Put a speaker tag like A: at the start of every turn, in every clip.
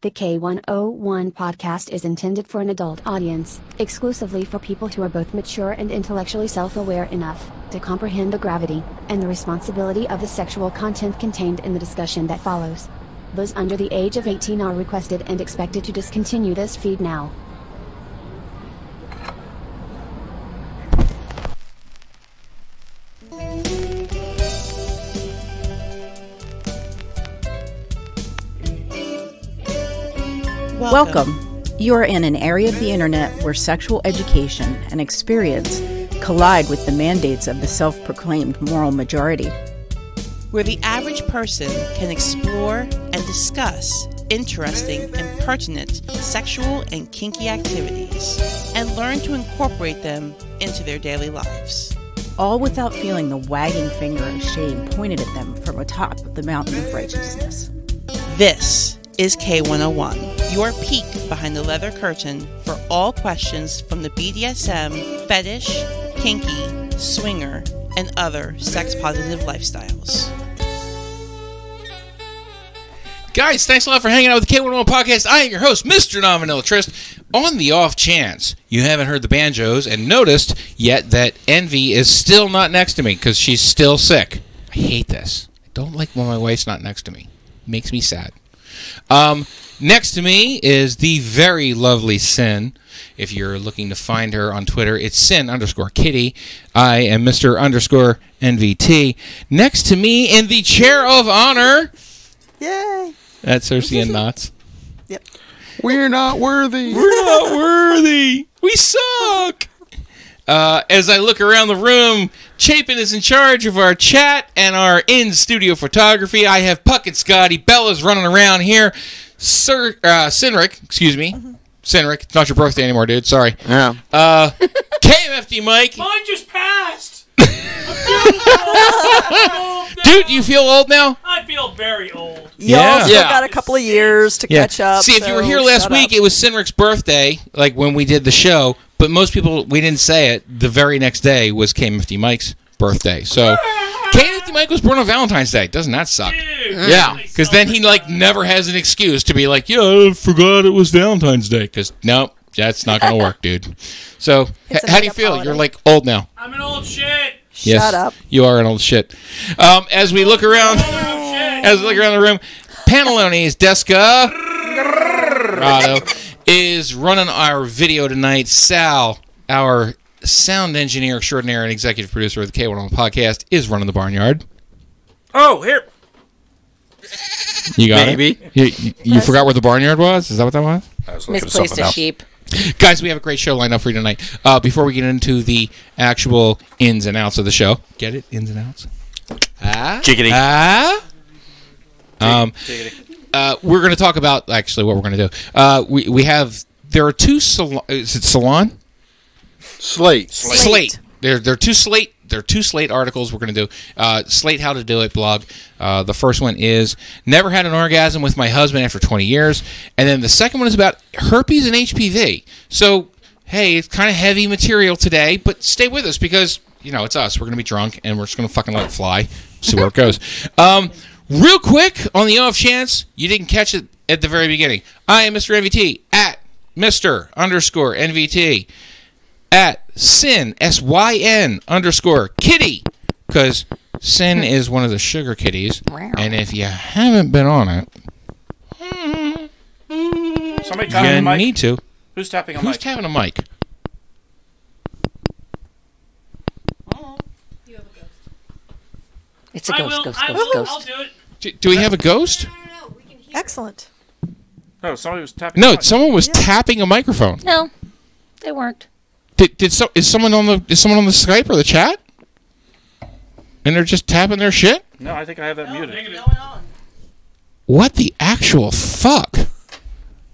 A: The K101 podcast is intended for an adult audience, exclusively for people who are both mature and intellectually self aware enough to comprehend the gravity and the responsibility of the sexual content contained in the discussion that follows. Those under the age of 18 are requested and expected to discontinue this feed now.
B: Welcome. You are in an area of the internet where sexual education and experience collide with the mandates of the self proclaimed moral majority.
C: where the average person can explore and discuss interesting and pertinent sexual and kinky activities and learn to incorporate them into their daily lives.
B: all without feeling the wagging finger of shame pointed at them from atop the mountain of righteousness.
C: This is K101, your peek behind the leather curtain for all questions from the BDSM, fetish, kinky, swinger, and other sex positive lifestyles.
D: Guys, thanks a lot for hanging out with the K101 podcast. I am your host, Mr. Nominella Trist. On the off chance you haven't heard the banjos and noticed yet that Envy is still not next to me because she's still sick. I hate this. I don't like when my wife's not next to me. makes me sad. Um, next to me is the very lovely Sin. If you're looking to find her on Twitter, it's Sin underscore Kitty. I am Mr. underscore NVT. Next to me in the chair of honor.
E: Yay!
D: That's Cersei and Knots.
F: We're not worthy.
D: We're not worthy. We suck. Uh, as I look around the room, Chapin is in charge of our chat and our in studio photography. I have Puck and Scotty. Bella's running around here. Sir, uh, Cynric, excuse me.
F: Mm-hmm.
D: Cynric, it's not your birthday anymore, dude. Sorry.
F: Yeah.
D: Uh, KMFD Mike.
G: Mine just passed.
D: Dude, you feel old now?
G: I feel very old.
E: Y'all
D: Yeah.
E: still
F: Yeah.
E: got a couple of years to catch up.
D: See, if you were
E: so
D: here last
E: shut
D: week,
E: up.
D: it was Cynric's birthday, like when we did the show. But most people, we didn't say it. The very next day was KMFD Mike's birthday. So KMFD Mike was born on Valentine's Day. Doesn't that suck?
F: Yeah,
D: Because then he like never has an excuse to be like, yeah, I forgot it was Valentine's Day. Because no, that's not gonna work, dude. So h-
E: a
D: how do you
E: made-up
D: feel?
E: holiday.
D: You're like old now.
G: I'm an old shit.
E: shut up.
D: You are an old shit. Um, as we look around,
G: Old shit.
D: as we look around the room, Panalone's Deska Rado is running our video tonight. Sal, our sound engineer extraordinaire and executive producer of the K101 podcast, is running the barnyard.
G: Oh, here.
D: You got
F: Maybe.
D: it. You, you, you forgot where the barnyard was? Is that what that was?
B: Misplaced a sheep.
D: Guys, we have a great show lined up for you tonight. Uh, before we get into the actual ins and outs of the show, get it? Ins and outs? Ah?
F: Giggity.
D: Ah? Um, uh, we're going to talk about actually what we're going to do. Uh, we, we have, there are two salon, is it salon?
F: Slate.
D: Slate. There, there are two Slate. There are two Slate articles we're going to do. Uh, Slate How to Do It blog. Uh, the first one is Never Had an Orgasm with My Husband After 20 Years. And then the second one is about herpes and HPV. So, hey, it's kind of heavy material today, but stay with us because, you know, it's us. We're going to be drunk and we're just going to fucking let it fly, see where it goes. Um, real quick, on the off chance you didn't catch it at the very beginning, I am Mr. NVT at Mr. underscore NVT at sin s y n underscore kitty because sin is one of the sugar kitties and if you haven't been on it
G: Somebody
D: you need to
G: Who's tapping on
D: who's tapping a mic
H: It's a
G: I
H: ghost,
G: will.
H: ghost,
G: I
H: ghost,
G: will. I'll
H: ghost.
G: do it.
D: do, do we have a ghost
E: Excellent.
G: No, somebody was tapping.
D: no someone was tapping a microphone
H: No, they weren't.
D: did, did so is someone on the is someone on the skype or the chat and they're just tapping their shit
G: No, I think I have that muted.
D: what the actual fuck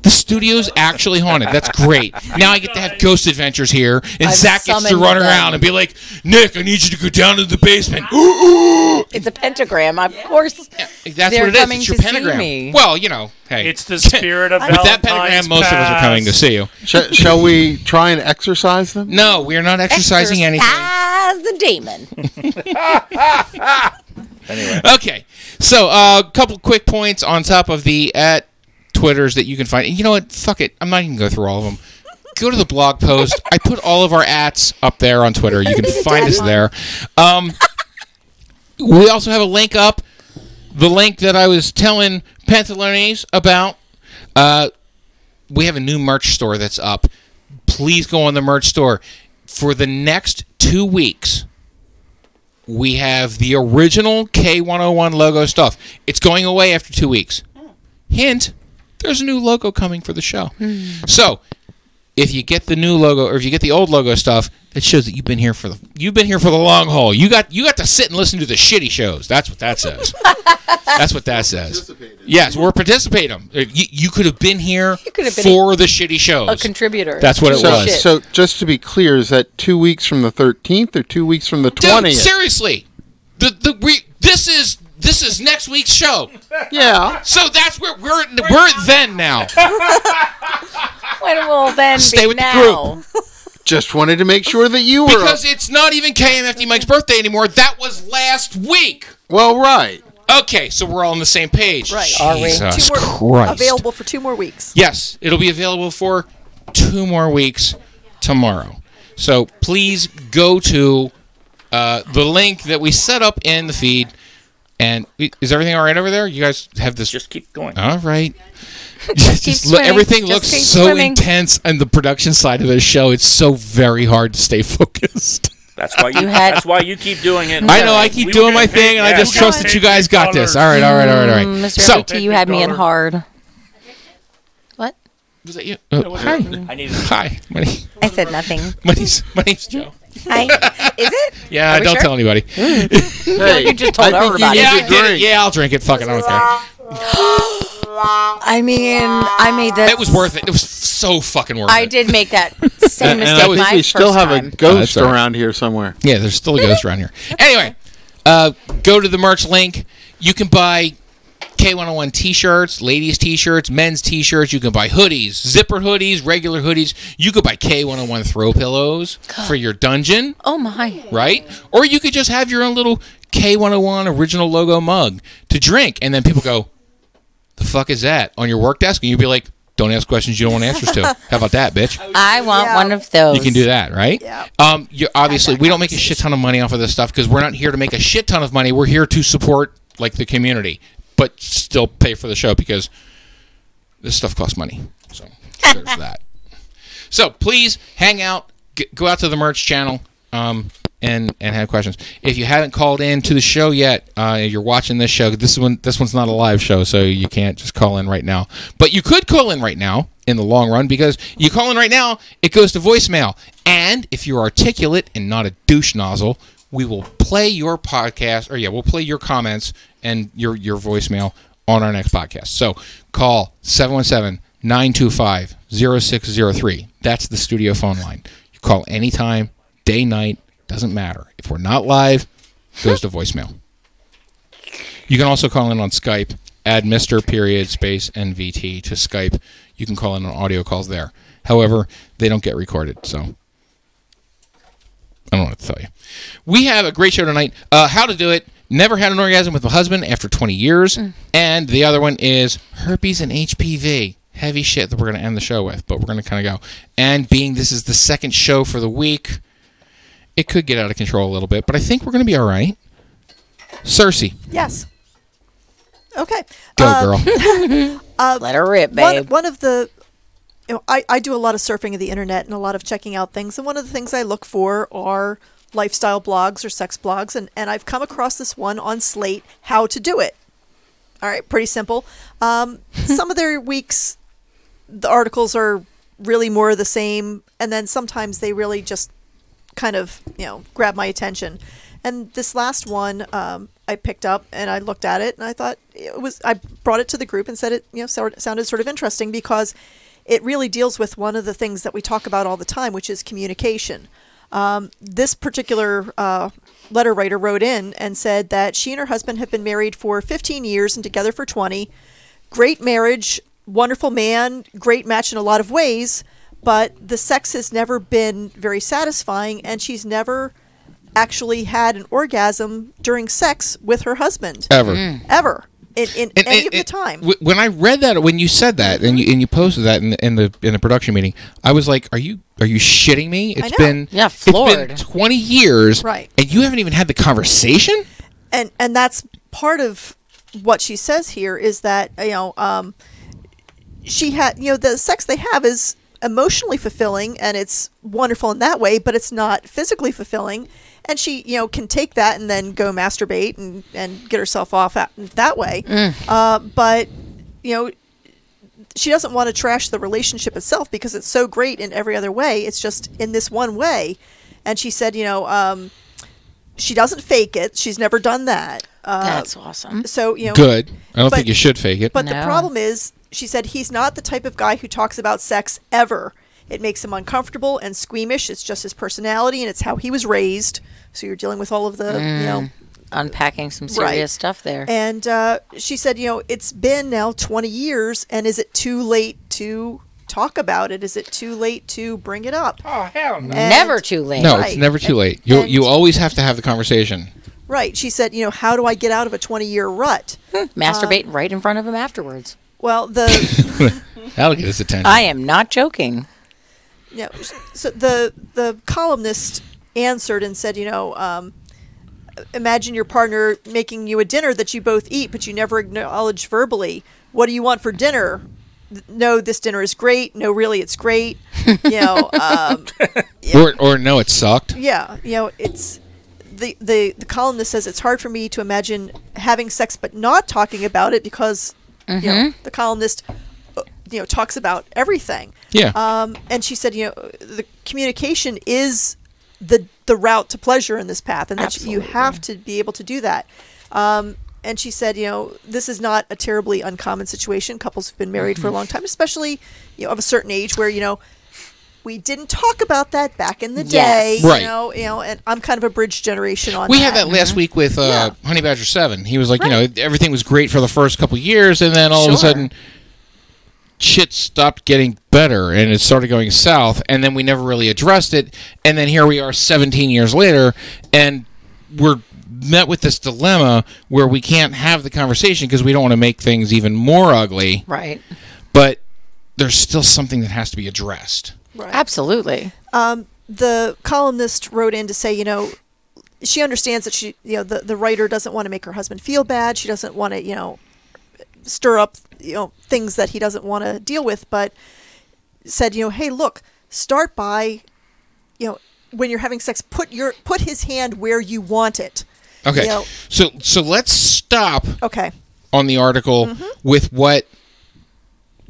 D: the studio's actually haunted. That's great. Now I get to have ghost adventures here, and
B: I've
D: Zach gets to
B: summoned
D: run
B: them.
D: around and be like, "Nick, I need you to go down to the basement."
H: It's a pentagram, of course.
D: That's
H: They're
D: what it is.
H: coming
D: It's your
H: to see
D: pentagram.
H: me.
D: Well, you know, hey,
G: It's the spirit of
D: with that pentagram, most of us are coming to see you.
F: Sh- shall we try and exercise them?
D: No, we are not exercising anything.
H: Exercise the demon.
D: Okay, so a uh, couple quick points on top of the at. Twitters that you can find. And you know what? Fuck it. I'm not even going to go through all of them. Go to the blog post. I put all of our ats up there on Twitter. You can find us there. Um, we also have a link up. The link that I was telling Pantalones about. Uh, we have a new merch store that's up. Please go on the merch store. For the next two weeks, we have the original K101 logo stuff. It's going away after two weeks. Hint, there's a new logo coming for the show.
H: Hmm.
D: So if you get the new logo or if you get the old logo stuff, that shows that you've been here for the you've been here for the long haul. You got you got to sit and listen to the shitty shows. That's what that says. That's what that says. Yes, we're participating. Uh, You, you could have been here
H: could have been
D: for the shitty shows.
H: A contributor.
D: That's what it
H: Holy
F: So,
D: was.
H: shit.
F: so just to be clear, is that two weeks from the 13th or two weeks from the
D: Dude,
F: 20th?
D: seriously, the the we this is this is next week's show.
F: yeah.
D: So that's where we're we're at then now.
H: When will then
D: Stay
H: be
D: with the
H: now?
F: Just wanted to make sure that you were.
D: Because it's not even
E: Mm-hmm.
D: KMFD Mike's birthday anymore. That was last week.
F: well, right.
D: Okay, so we're all on the same page.
E: Right.
H: Are we?
D: Jesus
E: Two more,
D: Christ.
E: Available for two more weeks.
D: Yes, it'll be available for two more weeks tomorrow. So please go to uh, the link that we set up in the feed. And is everything all right over there? You guys have this.
G: Just keep going.
D: all right. Just
H: keep
D: look-
H: swimming.
D: everything
H: Just
D: looks
H: keep
D: so
H: swimming.
D: intense, and the production side of this show, it's so very hard to stay focused.
G: That's why you,
H: had-
G: That's why you keep doing it.
D: I know I
G: We
D: keep
G: were
D: doing
G: getting
D: my
G: paid-
D: thing, and
G: yeah,
D: I just
G: we were
D: trust that you
G: getting
D: guys got this.
G: $8.
D: All right, all right, all right, all right.
H: Mr.
D: So,
H: FT, Mm, you had me in hard. What?
D: was that you? Uh, hi,
G: I need to
D: hi, my, name-
H: I said nothing.
D: my name's my name's Joe.
H: Hi. Is it?
D: Yeah,
H: Are we
D: don't
H: sure?
D: tell anybody.
F: Hey,
H: you just told
F: I think you
H: everybody.
F: need
D: Yeah,
F: to
D: I did it.
F: drink.
D: Yeah, I'll drink it. Fucking, I don't care.
H: I mean, I made that.
D: It was worth it. It was so fucking worth
H: I
D: it.
H: did make that same mistake.
D: that was-
H: my
F: Oh, We
H: first
F: still have
H: time.
F: a ghost
D: all right.
F: around here somewhere.
D: Yeah, there's still a ghost around here. Anyway, uh, go to the merch link. You can buy K101 t-shirts, ladies t-shirts, men's t-shirts. You can buy hoodies, zipper hoodies, regular hoodies. You could buy K101 throw pillows for your dungeon.
H: Oh my!
D: right? Or you could just have your own little K101 original logo mug to drink, and then people go, "The fuck is that?" on your work desk, and you'd be like, "Don't ask questions you don't want answers to." How about that, bitch?
H: I want
E: Yeah.
H: one of those.
D: You can do that, right?
E: Yeah.
D: Um, you, obviously, we don't make a shit ton of money off of this stuff because we're not here to make a shit ton of money. We're here to support like the community, but still pay for the show because this stuff costs money. So there's that. So please hang out, g- go out to the merch channel, um, and and have questions. If you haven't called in to the show yet, uh, you're watching this show. This one, this one's not a live show, so you can't just call in right now. But you could call in right now in the long run because you call in right now, it goes to voicemail. And if you're articulate and not a douche nozzle, we will play your podcast, or yeah, we'll play your comments and your your voicemail on our next podcast. So call 717 925 0603. That's the studio phone line. You call anytime, day, night, doesn't matter. If we're not live, it goes to voicemail. You can also call in on Skype. Add Mr. Period Space NVT to Skype. You can call in on audio calls there. However, they don't get recorded, so I don't know what to tell you. We have a great show tonight. Uh, how to do it. Never had an orgasm with my husband after 20 years. And the other one is herpes and HPV. Heavy shit that we're going to end the show with, but we're going to kind of go. And being this is the second show for the week, it could get out of control a little bit, but I think we're going to be all right. Cersei,
E: Yes. Okay.
D: go
E: Uh,
D: girl.
H: Let her rip,
E: one,
H: babe.
E: one of the you know, I, I do a lot of surfing of the internet and a lot of checking out things and one of the things i look for are lifestyle blogs or sex blogs and, and i've come across this one on slate how to do it all right pretty simple um, some of their weeks the articles are really more of the same and then sometimes they really just kind of you know grab my attention and this last one um, i picked up and i looked at it and i thought it was i brought it to the group and said it you know sor- sounded sort of interesting because it really deals with one of the things that we talk about all the time which is communication um, this particular uh, letter writer wrote in and said that she and her husband have been married for 15 years and together for 20 great marriage, wonderful man, great match in a lot of ways, but the sex has never been very satisfying, and she's never actually had an orgasm during sex with her husband
D: Ever.
E: ever. in, in
D: And-
E: any
D: and-
E: of the
D: and
E: time.
D: w- When I read that, when you said that, and you and you posted that in the, in the in the production meeting, I was like, "Are you are you shitting me? It's
E: know.
D: been
H: Yeah,
D: it's been
H: floored.
D: twenty years,
E: Right.
D: And you haven't even had the conversation.
E: and and that's part of what she says here is that you know um, she had you know the sex they have is emotionally fulfilling and it's wonderful in that way but it's not physically fulfilling and she you know can take that and then go masturbate and and get herself off at, that way
H: Mm.
E: uh, but you know she doesn't want to trash the relationship itself because it's so great in every other way it's just in this one way and she said you know um, she doesn't fake it she's never done that uh,
H: That's awesome.
E: so you know
D: Good. I don't
E: But-
D: think you should fake it.
E: but the
H: No.
E: problem is, she said he's not the type of guy who talks about sex ever. It makes him uncomfortable and squeamish. It's just his personality and it's how he was raised. So you're dealing with all of the,
H: Mm,
E: you know.
H: Unpacking some serious
E: Right.
H: stuff there.
E: And uh, she said, you know, it's been now 20 years, and is it too late to talk about it? Is it too late to bring it up?
G: Oh hell no.
E: And-
H: Never too late.
D: no,
E: right.
D: it's never too late. You
E: and-
D: you always have to have the conversation.
E: Right. She said, you know, how do I get out of a 20 year rut?
H: Masturbate right in front of him afterwards.
E: Well, the
D: That'll get his attention.
H: I am not joking.
E: Yeah. So the the columnist answered and said, you know, um, imagine your partner making you a dinner that you both eat, but you never acknowledge verbally. What do you want for dinner? Th- No, this dinner is great. No, really, it's great. You know, um,
D: or or no, it sucked.
E: yeah. You know, it's the, the the columnist says it's hard for me to imagine having sex but not talking about it because you know the columnist uh, you know talks about everything.
D: Yeah.
E: Um, and she said, you know, the communication is the the route to pleasure in this path, and that you have to be able to do that. Um, and she said, you know, this is not a terribly uncommon situation. Couples who've been married for a long time, especially you know of a certain age, where you know we didn't talk about that back in the day.
H: Yes.
D: Right.
E: You know, you know, and I'm kind of a bridge generation on.
D: we
E: that.
D: had that last week with uh, Honey Badger Seven. He was like, you know, everything was great for the first couple years, and then all of a
H: Sure.
D: sudden, shit stopped getting better, and it started going south. And then we never really addressed it. And then here we are, 17 years later, and we're met with this dilemma where we can't have the conversation because we don't want to make things even more ugly.
H: Right.
D: But there's still something that has to be addressed.
H: Absolutely.
E: Um, the columnist wrote in to say, you know, she understands that she, you know, the, the writer doesn't want to make her husband feel bad. She doesn't want to, you know, stir up, you know, things that he doesn't want to deal with, but said, you know, hey, look, start by, you know, when you're having sex, put your put his hand where you want it.
D: Okay,
E: You know,
D: so so let's stop
E: okay.
D: on the article
H: Mm-hmm.
D: with what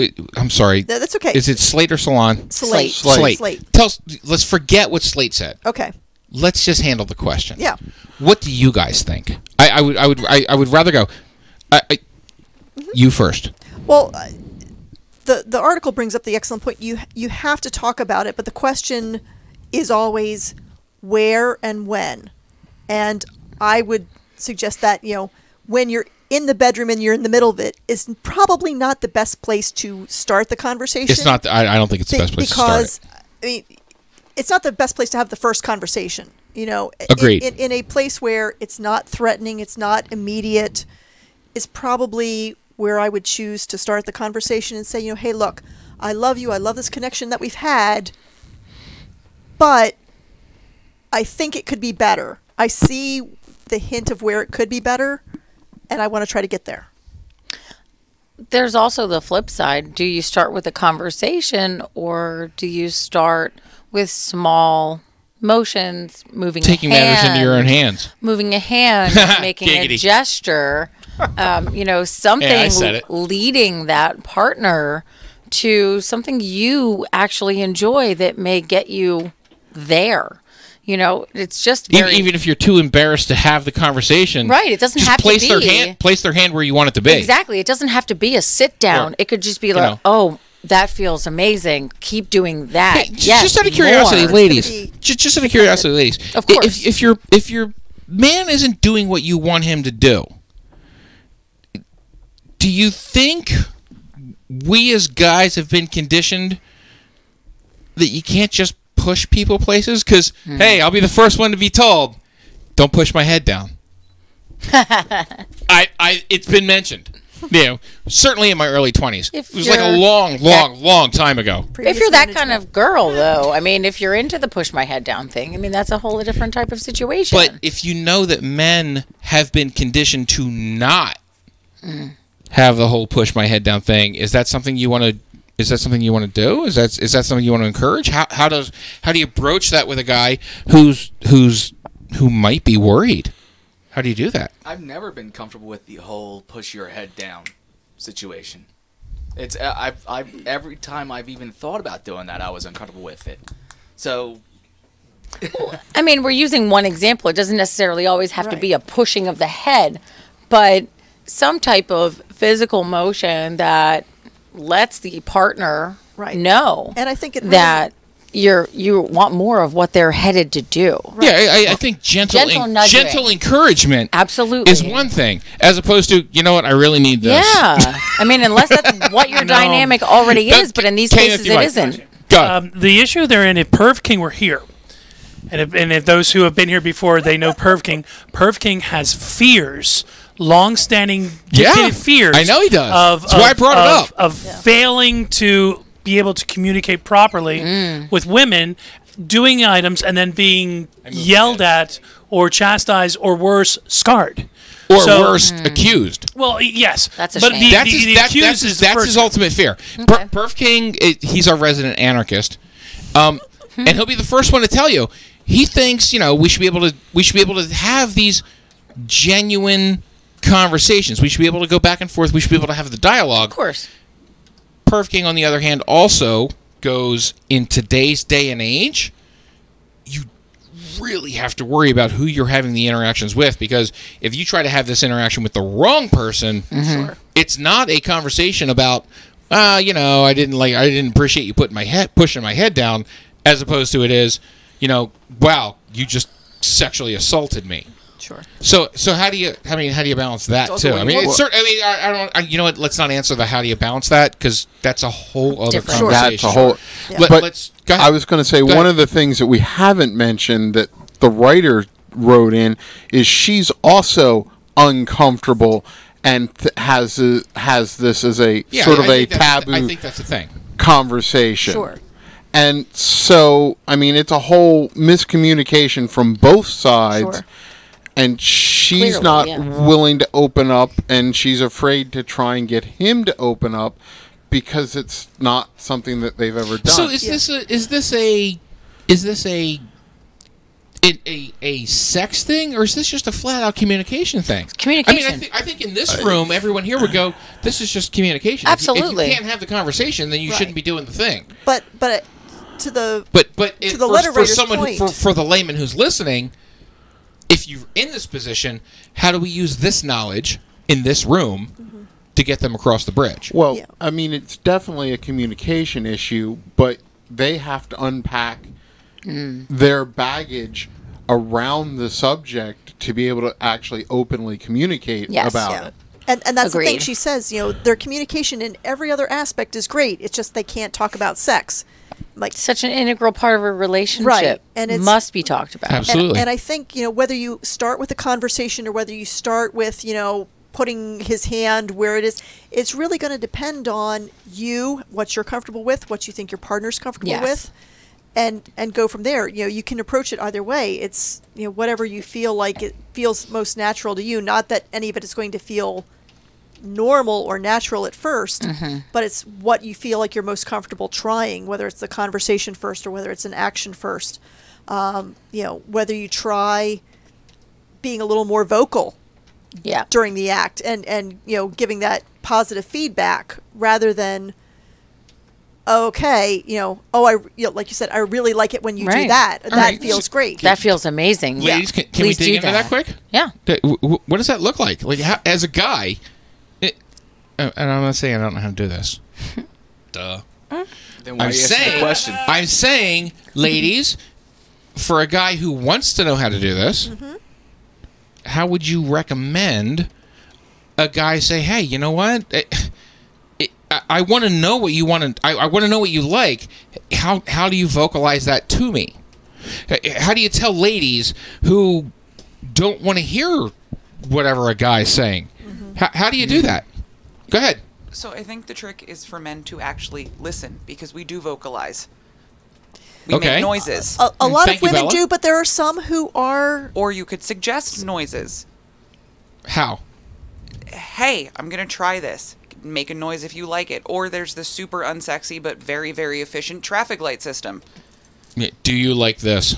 D: it- I'm sorry.
E: No, that's okay.
D: Is it Slate or Salon?
E: Slate.
D: Slate.
E: Slate.
D: Tell us, let's forget what Slate said.
E: Okay.
D: Let's just handle the question.
E: Yeah.
D: What do you guys think? I, I would I would I, I would rather go. I, I,
H: Mm-hmm.
D: You first.
E: Well, uh, the the article brings up the excellent point. You you have to talk about it, but the question is always where and when. And I would suggest that you know when you're in the bedroom and you're in the middle of it is probably not the best place to start the conversation.
D: It's not. The, I, I don't think it's the
E: Be-
D: best place to
E: because
D: start.
E: I mean, it's not the best place to have the first conversation. You know, In-
D: Agreed.
E: In, in a place where it's not threatening, it's not immediate, is probably where I would choose to start the conversation and say, you know, hey, look, I love you. I love this connection that we've had, but I think it could be better. I see the hint of where it could be better, and I want to try to get there.
H: There's also the flip side. Do you start with a conversation or do you start with small motions, moving a
D: Taking matters into your own
H: hand?
D: hands.
H: moving a hand, making a
D: Giggity.
H: gesture, um, you know, something
D: Hey, I said it.
H: leading that partner to something you actually enjoy that may get you there. You know, it's just
D: Even,
H: very
D: E-, even if you're too embarrassed to have the conversation,
H: Right, it doesn't
D: just
H: have to
D: place their
H: be.
D: hand. Place their hand where you want it to be.
H: exactly. It doesn't have to be a sit down.
D: Or,
H: it could just be like,
D: know.
H: oh, that feels amazing. Keep doing that.
D: Hey, j-
H: yes,
D: just out of curiosity,
H: more."
D: ladies.
E: be-
D: Just, just out of curiosity, ladies.
H: Of
D: i-
H: course.
D: If, if your if your man isn't doing what you want him to do, do you think we as guys have been conditioned that you can't just push
H: Hmm.
D: people places? Because hey, I'll be the first one to be told, don't push my head down. I, I it's been mentioned. You know, certainly in my early twenties. It
H: If
D: was like a
H: you're-
D: long, long, long time ago.
H: if you're that kind of girl, though, I mean, if you're into the push my head down thing, I mean, that's a whole different type of situation.
D: But if you know that men have been conditioned to not have the whole push my head down thing, is that something you want to? Is that something you want to do? Is that is that something you want to encourage? How, how does how do you broach that with a guy who's who's who might be worried? How do you do that?
I: I've never been comfortable with the whole push your head down situation. It's uh, I've, I've every time I've even thought about doing that, I was uncomfortable with it. So
H: I mean, we're using one example. It doesn't necessarily always have to
E: Right.
H: be a pushing of the head, but some type of physical motion that lets the partner
E: Right.
H: know
E: And I think it really-
H: that you're you want more of what they're headed to do.
D: Yeah, I- I, I think gentle
H: Gentle
D: en-
H: nudging.
D: gentle encouragement
H: Absolutely.
D: is one thing, as opposed to you know what I really need this.
H: Yeah. I mean, unless that's what your dynamic already
D: Don't-
H: is, but in these
D: Kane, if
H: cases
D: you
H: it
D: might.
H: isn't.
D: Go.
J: Um, the issue they're in, if Perv King were here, and if, and if those who have been here before, they know Perv King, Perv King has fears, long-standing
D: Yeah.
J: dictated fears.
D: I know he does.
J: Of,
D: That's why I
J: of-
D: brought it up.
J: of- Of failing to be able to communicate properly
D: Mm.
J: with women, doing items, and then being yelled at or chastised or worse, scarred.
D: or
J: so-
D: worse,
H: Hmm.
D: accused.
J: Well, y- yes.
H: That's a
J: but
H: shame.
J: The,
D: that's
J: the,
D: his,
J: the
D: that-
J: accused
D: that's his,
J: is the
D: that's
J: first-
D: his ultimate fear. Per- Perf King, it, he's our resident anarchist, um, and he'll be the first one to tell you he thinks you know we should be able to we should be able to have these genuine conversations. We should be able to go back and forth. We should be able to have the dialogue.
H: Of course.
D: Perf King, on the other hand, also goes in today's day and age. You really have to worry about who you're having the interactions with because if you try to have this interaction with the wrong person, it's not a conversation about, uh, you know, I didn't like, I didn't appreciate you putting my head, pushing my head down, as opposed to it is, you know, wow, you just sexually assaulted me.
E: Sure.
D: So, so how do you? I mean, how do you balance that
I: also
D: too?
I: what
D: I
I: you
D: mean,
I: want.
D: it's cer- I mean, I, I don't. I, you know what? Let's not answer the how do you balance that because that's a whole other
H: Different.
D: conversation.
F: That's a whole.
D: Let,
F: But
D: us Go ahead.
F: I was going to say
D: Go
F: one
D: ahead.
F: of the things that we haven't mentioned that the writer wrote in is she's also uncomfortable and th- has a, has this as a
D: Yeah,
F: sort
D: I
F: of a
D: think that's-
F: taboo
D: I think that's the thing.
F: conversation.
E: Sure.
F: And so, I mean, it's a whole miscommunication from both sides.
E: Sure.
F: And she's
H: Clearly,
F: not
H: yeah.
F: willing to open up, and she's afraid to try and get him to open up because it's not something that they've ever done.
D: So is this a, is this a is this a a, a a sex thing or is this just a flat out communication thing? I mean, I,
H: Communication.
D: thi- I think in this room, everyone here would go, "This is just communication." If you- If
H: Absolutely.
D: you, can't have the conversation, then you
E: Right.
D: shouldn't be doing the thing.
E: But but uh, to the
D: But but if,
E: To the
D: for,
E: letter
D: for
E: writer's
D: someone who- for
E: point.
D: for the layman who's listening, if you're in this position, how do we use this knowledge in this room to get them across the bridge?
F: Well,
E: Yeah.
F: I mean, it's definitely a communication issue, but they have to unpack
E: Mm.
F: their baggage around the subject to be able to actually openly communicate
H: Yes.
F: about
E: yeah.
F: it.
E: And, and that's the thing
H: Agreed.
E: she says, you know, their communication in every other aspect is great. It's just they can't talk about sex. Like
H: Such an integral part of a relationship.
E: and
H: And it
E: it's-
H: must be talked about.
D: Absolutely.
E: And, and I think, you know, whether you start with a conversation or whether you start with, you know, putting his hand where it is, it's really going to depend on you, what you're comfortable with, what you think your partner's comfortable
H: Yes.
E: with, and and go from there. You know, you can approach it either way. It's, you know, whatever you feel like it feels most natural to you, not that any of it is going to feel normal or natural at 1st but it's what you feel like you're most comfortable trying, whether it's the conversation first or whether it's an action first. Um, you know, whether you try being a little more vocal
H: Yeah.
E: during the act and, and you know, giving that positive feedback rather than, okay, you know, oh, I, you know, like you said, I really like it when you do
H: Right.
E: that. that
D: right.
E: feels great.
H: That feels amazing.
D: Ladies,
H: yeah.
D: can, can we
H: Please do
D: dig into that quick?
H: Yeah.
D: That- wh- wh- What does that look like? Like, how, as a guy, it, uh, and I'm not saying I don't know how to do this. Duh.
I: then why
D: I'm
I: are you asking
D: saying,
I: the question?
D: I'm saying, ladies, for a guy who wants to know how to do this, how would you recommend a guy say, "Hey, you know what? It, it, I, I want to know what you want to. I, I want to know what you like. How how do you vocalize that to me? H- How do you tell ladies who don't want to hear whatever a guy's saying. How, how do you do that? Go ahead.
K: So I think the trick is for men to actually listen because we do vocalize. We
D: Okay.
K: make noises.
E: A, a lot
D: Mm. Thank
E: of
D: you,
E: women
D: Bella.
E: do, but there are some who are.
K: or you could suggest noises.
D: How?
K: Hey, I'm going to try this. Make a noise if you like it. Or there's the super unsexy but very, very efficient traffic light system.
D: Yeah, Do you like this?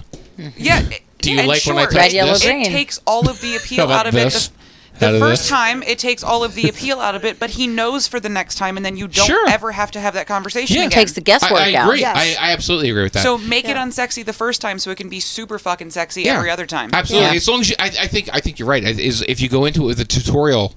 K: Yeah. it-
D: Do you
K: and
D: like
K: sure,
D: when I touch
H: Red, yellow,
D: this?
H: green.
K: It takes all of the
D: How
K: appeal
D: about
K: out of
D: this?
K: it. The,
D: Out
K: the
D: of
K: first
D: this?
K: time, it takes all of the appeal out of it, but he knows for the next time, and then you don't
D: Sure.
K: ever have to have that conversation
D: Yeah.
K: again.
H: Takes the guesswork
D: I, I
H: out.
D: agree.
E: Yes.
D: I, I absolutely agree with that.
K: So make it unsexy the first time, so it can be super fucking sexy every other time.
D: Absolutely.
H: Yeah.
D: As long as you, I, I think, I think you're right. Is if you go into it with a tutorial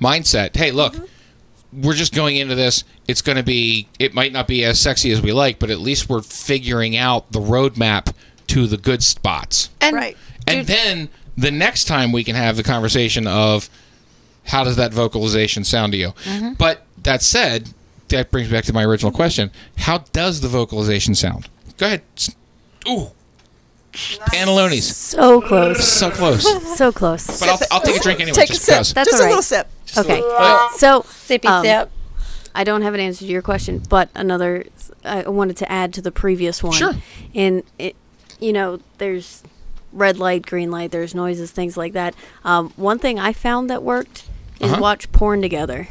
D: mindset, hey, look,
H: Mm-hmm.
D: we're just going into this. It's going to be. It might not be as sexy as we like, but at least we're figuring out the roadmap to the good spots.
H: And
E: Right.
D: And then the next time we can have the conversation of how does that vocalization sound to you?
L: Mm-hmm.
D: But that said, that brings me back to my original question. How does the vocalization sound? Go ahead. S- Ooh. Panneloni's.
L: So close.
D: So close.
L: So close.
D: But I'll, I'll take a drink anyway.
E: Take a
D: just
E: sip.
D: because.
L: That's
E: just
L: all
E: a little
L: right.
E: sip.
L: Okay.
D: Well-
L: So
H: sippy
L: um,
H: sip.
L: I don't have an answer to your question, but another I wanted to add to the previous one.
D: Sure.
L: And it, you know, there's red light, green light. There's noises, things like that. Um, one thing I found that worked is
D: Uh-huh.
L: watch porn together.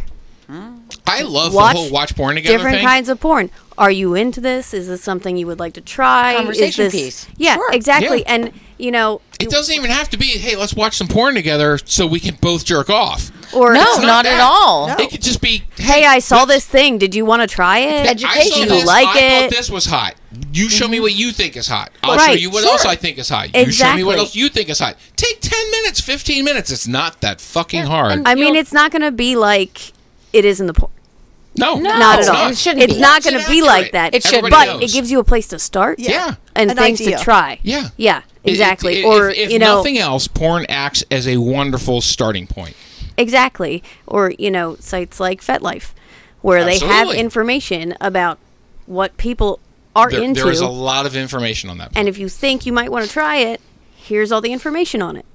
D: I love
L: Watch
D: the whole watch porn together
L: Different
D: thing.
L: kinds of porn. Are you into this? Is this something you would like to try? Is
H: Conversation
L: this-
H: piece.
L: Yeah, exactly.
D: Yeah.
L: And you know,
D: it doesn't even have to be, hey, let's watch some porn together so we can both jerk off.
L: or
H: No,
D: It's
H: not at
D: that.
H: all.
D: It could just be,
L: hey, I saw
D: let's-
L: this thing. Did you want to try it?
D: I saw
H: Education.
L: Do you
D: this,
L: like
D: I
L: it? Mm-hmm.
D: thought this was hot. You show me what you think is hot. I'll show
L: Right,
D: you what
L: sure.
D: else I think is hot. You show me
L: Exactly.
D: what else you think is hot. Take 10 minutes, 15 minutes. It's not that fucking hard.
L: I mean,
H: You'll-
L: it's not going to be like it is in the porn.
D: no,
L: not at
D: it's
L: all.
H: It shouldn't
L: it's
H: be.
L: not
D: It's
L: going to be
D: inaccurate.
L: like that.
H: It should
L: but
D: Everybody
L: it
D: knows.
L: gives you a place to start.
D: Yeah.
L: and
E: An
L: things
E: idea.
L: to try.
D: Yeah.
L: yeah,
D: It- it-
L: exactly.
D: it-
L: or
D: if, if
L: you know,
D: nothing else, porn acts as a wonderful starting point.
L: exactly. Or you know, sites like FetLife, where they have
D: Absolutely.
L: information about what people are
D: There,
L: into,
D: there is a lot of information on that.
L: and if you think you might want to try it, here's all the information on it.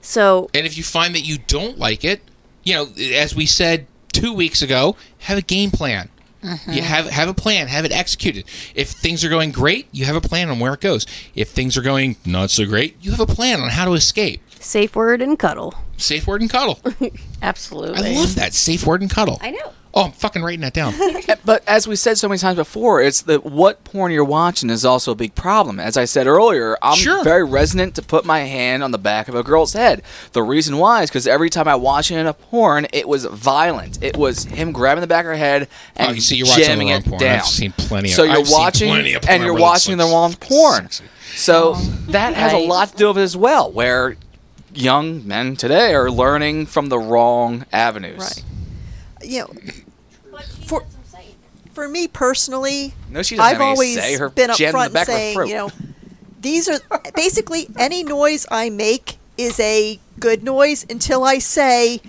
L: So
D: And if you find that you don't like it, you know, as we said two weeks ago, have a game plan.
I: Mm-hmm.
D: You have have a plan, have it executed. If things are going great, you have a plan on where it goes. If things are going not so great, you have a plan on how to escape.
L: safe word and cuddle.
D: Safe word and cuddle. I
H: Absolutely.
D: love that safe word and cuddle.
L: I know.
D: Oh, I'm fucking writing that down.
I: But as we said so many times before, it's that what porn you're watching is also a big problem. As I said earlier, I'm
D: Sure.
I: very resonant to put my hand on the back of a girl's head. The reason why is because every time I watch it in a porn, it was violent. It was him grabbing the back of her head and
D: Oh, you see, you're watching the
I: jamming
D: wrong
I: it
D: porn. I've
I: down.
D: seen plenty of-
I: So you're
D: I've seen
I: watching
D: plenty of porn
I: and you're
D: where it looks
I: watching
D: like
I: the wrong
D: fucking
I: porn.
D: sexy.
I: So that has
H: Right.
I: a lot to do with it as well, where young men today are learning from the wrong avenues.
E: Right. You know, for for me personally,
I: No, she doesn't
E: I've
I: have any
E: always
I: say. Her
E: been up
I: jammed in the
E: front
I: back of her
E: saying,
I: throat.
E: you know, these are basically any noise I make is a good noise until I say,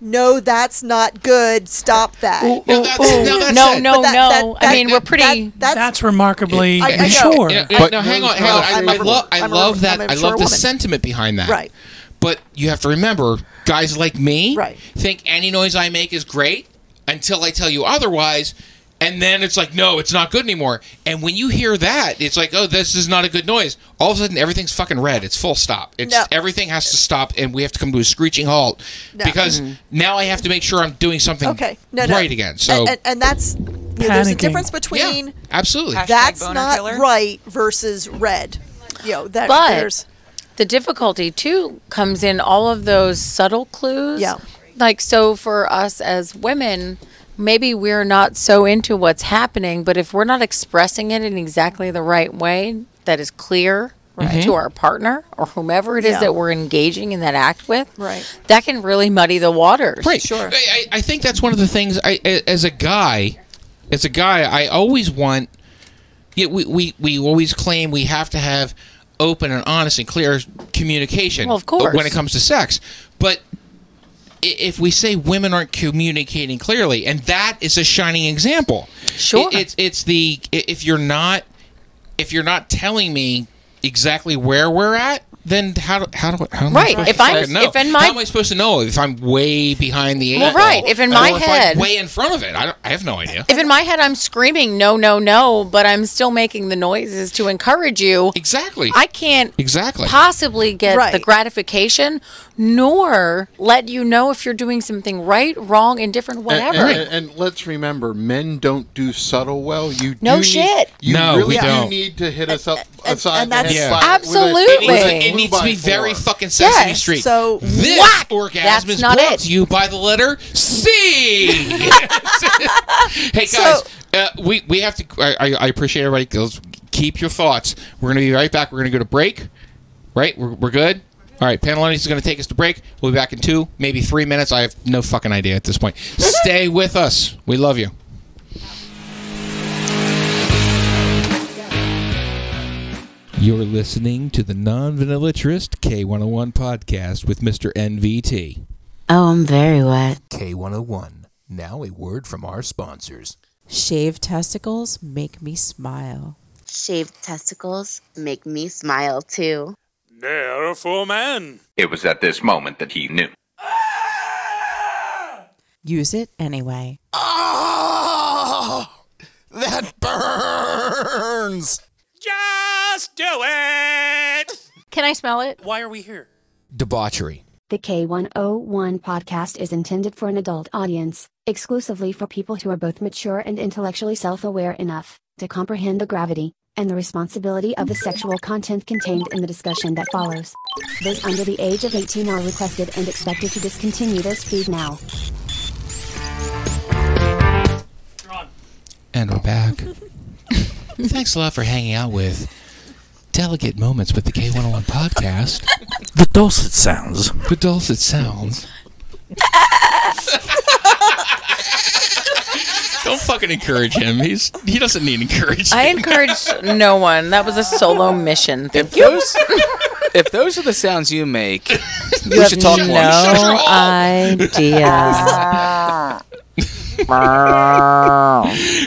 E: no, that's not good. Stop that.
D: Now that's- now that's
H: no,
D: it.
H: no,
E: But that-
H: no.
E: that-
H: I mean,
D: that-
H: we're pretty.
E: That- that's
J: That's remarkably
E: I- I know.
J: mature.
D: Yeah,
F: But-
D: no, hang on, hang on. I, I,
E: I'm a-
D: love, I
E: I'm a-
D: love that.
E: I'm a
D: I
E: mature
D: love the
E: woman.
D: sentiment behind that.
E: Right.
D: But you have to remember, guys like me
E: Right.
D: think any noise I make is great until I tell you otherwise, and then it's like, no, it's not good anymore. And when you hear that, it's like, oh, this is not a good noise. All of a sudden, everything's fucking red. It's full stop. It's
E: No.
D: everything has to stop, and we have to come to a screeching halt because now I have to make sure I'm doing something
E: Mm-hmm. okay. No, no.
D: right again. So
E: and, and, and that's you know, there's a
J: Panicking.
E: difference
D: yeah,
E: between
D: absolutely.
K: Hashtag
E: that's
K: boner
E: not
K: killer.
E: right versus red. You know, that,
H: But-
E: there's
H: the difficulty too comes in all of those subtle clues.
E: Yeah.
H: Like so for us as women, maybe we're not so into what's happening, but if we're not expressing it in exactly the right way that is clear to our partner or whomever it is
E: Mm-hmm. Yeah.
H: that we're engaging in that act with,
E: Right.
H: That can really muddy the waters.
D: Right. Sure. I, I I think that's one of the things. I a- as a guy, as a guy, I always want. Yeah, we, we we always claim we have to have open and honest and clear communication.
H: Well, of course.
D: When it comes to sex, but i- if we say women aren't communicating clearly, and that is a shining example.
H: Sure.
D: It- it's it's the i- if you're not if you're not telling me exactly where we're at, then how do how do I- how am
H: Right,
D: I supposed
H: if
D: to
H: I'm-
D: fucking know?
H: if in my-
D: how am I supposed to know if I'm way behind the eight
H: Well,
D: ball
H: right, if in my
D: or if I'm
H: head-
D: way in front of it I, don't, I have no idea
H: If in my head I'm screaming no, no, no, but I'm still making the noises to encourage you.
D: Exactly.
H: I can't
D: exactly
H: possibly get the
D: Right.
H: gratification, nor let you know if you're doing something right, wrong, indifferent,
F: And,
H: whatever.
F: and- and let's remember, men don't do subtle well. You
H: No
F: do
H: shit.
F: Need, you
D: No,
F: really
D: we don't.
F: do need to hit us up aside.
D: and that's- Yeah.
H: Absolutely.
D: It, needs to be very fucking Sesame
H: Yes,
D: Street.
H: so-
D: this
H: Whack!
D: orgasm
H: That's
D: is
H: not
D: brought
H: it.
D: to you by the letter C. hey guys, uh, we we have to. I, I- I appreciate everybody. Girls, keep your thoughts. We're gonna be right back. We're gonna go to break. Right, we're, we're good. All right, Panelonis is going to take us to break. We'll be back in two, maybe three minutes. I have no fucking idea at this point. Stay with us. We love you. You're listening to the Non Vanillatrist K101 podcast with Mr. NVT.
M: Oh, I'm very wet.
D: K101. Now a word from our sponsors.
N: Shaved testicles make me smile.
M: Shaved testicles make me smile too.
J: There for man.
O: It was at this moment that he knew.
N: Use it anyway.
P: Oh, that burns.
J: Just do it.
H: Can I smell it?
J: Why are we here?
D: Debauchery.
A: The K101 podcast is intended for an adult audience, exclusively for people who are both mature and intellectually self aware enough to comprehend the gravity and the responsibility of the sexual content contained in the discussion that follows. Those under the age of 18 are requested and expected to discontinue this feed now.
D: And we're back. Thanks a lot for hanging out with Delicate Moments with the K101 podcast. The dulcet sounds. The dulcet sounds. Don't fucking encourage him. He's he doesn't need encouragement.
H: I encouraged no one. That was a solo mission. Thank you.
I: if those are the sounds you make,
H: You
I: we
H: have
I: should talk
H: no
I: more.
H: idea.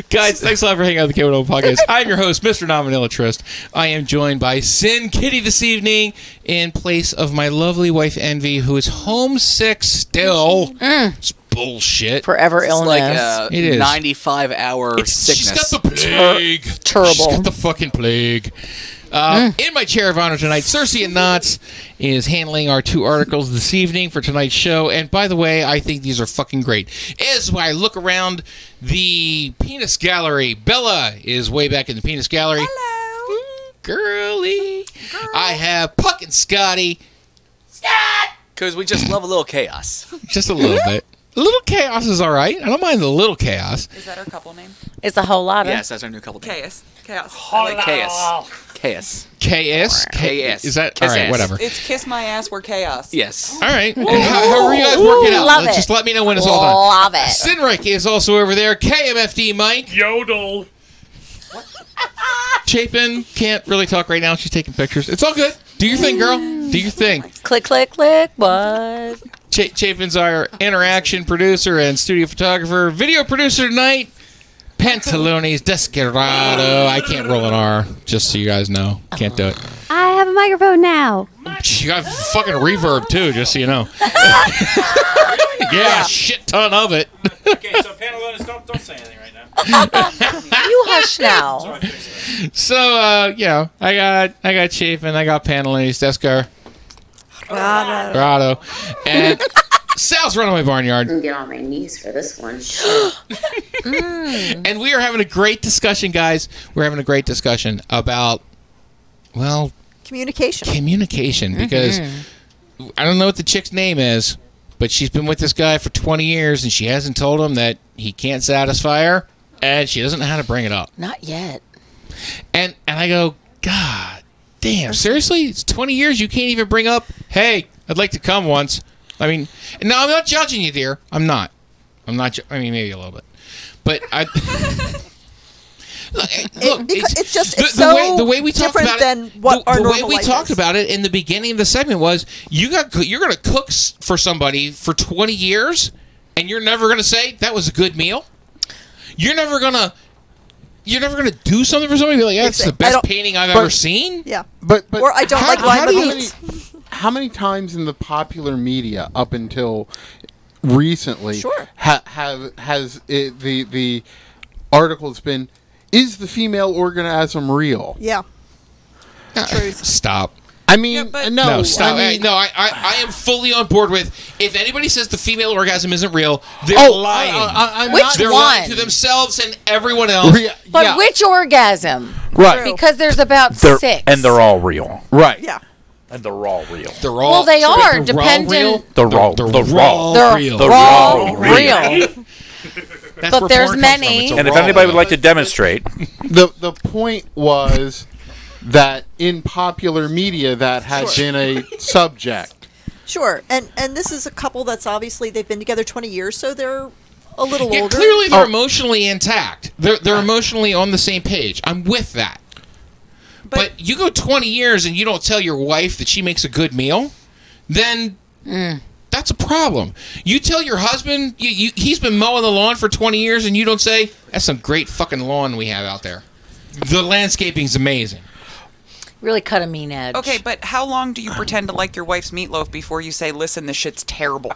D: Guys, thanks a lot for hanging out with the K101 podcast. I'm your host, Mr. Nominilla Trist. I am joined by Sin Kitty this evening in place of my lovely wife Envy, who is homesick still. It's bullshit.
H: Forever
I: It's like uh, a
D: it is.
I: 95 hour sickness.
D: She's got the plague.
I: terrible.
D: She's got the fucking plague. Uh, In my chair of honor tonight, Cersei and Knotts is handling our two articles this evening for tonight's show. And by the way, I think these are fucking great. As I look around the penis gallery, Bella is way back in the penis gallery. Hello, girly. I have Puck and Scotty.
I: Because we just love a little chaos.
D: Just a little bit. A little chaos is all right. I don't mind the little chaos.
K: Is that our couple name?
H: It's a whole lot of.
I: Yes, that's our new couple name.
K: Chaos. Chaos.
I: I like chaos. Chaos.
D: KS? KS. Is that?
I: Kiss
D: all right,
I: ass.
D: whatever.
K: It's kiss my ass. We're chaos.
I: Yes.
D: All right. And how, how are you guys working out?
K: Love
D: Let's
K: it.
D: Just let me know when it's all done.
K: Love
H: it.
D: Sinric is also over there. KMFD Mike. Yodel. Chapin can't really talk right now. She's taking pictures. It's all good. Do your thing, girl. Do your thing.
H: Click, click, click. What?
D: Cha Chapin's our interaction producer and studio photographer, video producer tonight. Pantalones Desperado. I can't roll an R, just so you guys know. Can't do it.
A: I have a microphone now.
D: She got fucking reverb too, just so you know. yeah, a shit ton of it.
G: okay, so Panelonis, don't, don't say anything right now.
H: you hush now.
D: So uh, you know, I got I got Chapin, I got Panelini's Descar, Grotto, and Sal's Runaway
M: I'm
D: Barnyard.
M: gonna get on my knees for this one.
D: And we are having a great discussion, guys. We're having a great discussion about well
E: Communication.
D: communication because I don't know what the chick's name is, but she's been with this guy for 20 years and she hasn't told him that he can't satisfy her, and she doesn't know how to bring it up.
H: Not yet.
D: And and I go, God damn, seriously? It's twenty years you can't even bring up, hey, I'd like to come once. I mean no, I'm not judging you, dear. I'm not. I'm not ju- I mean maybe a little bit. But I Look, look,
E: Because it's just it's
D: the, the
E: so
D: way, the way we talked
E: different
D: about
E: than
D: it,
E: what
D: the,
E: our
D: the way
E: normal
D: we
E: life
D: talked
E: is.
D: about it in the beginning of the segment was you got co- you're going to cook s- for somebody for 20 years and you're never going to say that was a good meal. You're never going to You're never going to do something for somebody. Be like, that's
F: It's-
D: the
F: I
D: best
F: don't-
D: painting I've
F: but-
D: ever seen.
E: Yeah.
F: But, but
E: Or I don't like lime
F: do you-
E: lemonades.
F: How many, how many times in the popular media up until recently
E: Sure.
F: ha, have has it, the the article's been is the female organism real?
E: Yeah.
D: Stop.
F: I mean, no,
D: no, stop.
F: I
D: I
F: mean-
D: no, I, I, I am fully on board with. If anybody says the female orgasm isn't real, they're
F: Oh,
D: lying.
F: I- I- I'm
H: Which
D: they're
H: one?
D: lying to themselves and everyone else.
H: But which orgasm?
Q: Right.
H: Because there's about
Q: They're-
H: six.
Q: And they're all real.
F: Right.
E: Yeah.
Q: And they're all real.
D: They're all
H: well, they are dependent.
Q: The raw, the
K: Oh,
Q: raw,
H: They're
Q: the
H: raw
Q: raw,
H: real. But
F: where
H: there's
F: porn comes from.
H: many.
F: It's a
Q: And if
F: raw
Q: anybody would like to demonstrate,
F: the the point was that in popular media that has
E: Sure.
F: been a subject.
E: Sure. And and this is a couple that's obviously they've been together 20 years, so they're a little
D: Yeah,
E: older.
D: clearly
Q: Oh.
D: they're emotionally intact. They're they're emotionally on the same page. I'm with that. But, you go 20 years and you don't tell your wife that she makes a good meal, then
H: Mm.
D: that's a problem. You tell your husband you, you, he's been mowing the lawn for 20 years and you don't say that's some great fucking lawn we have out there. The landscaping's amazing.
H: Really cut a mean edge.
K: Okay, but how long do you pretend to like your wife's meatloaf before you say, "Listen, this shit's terrible"?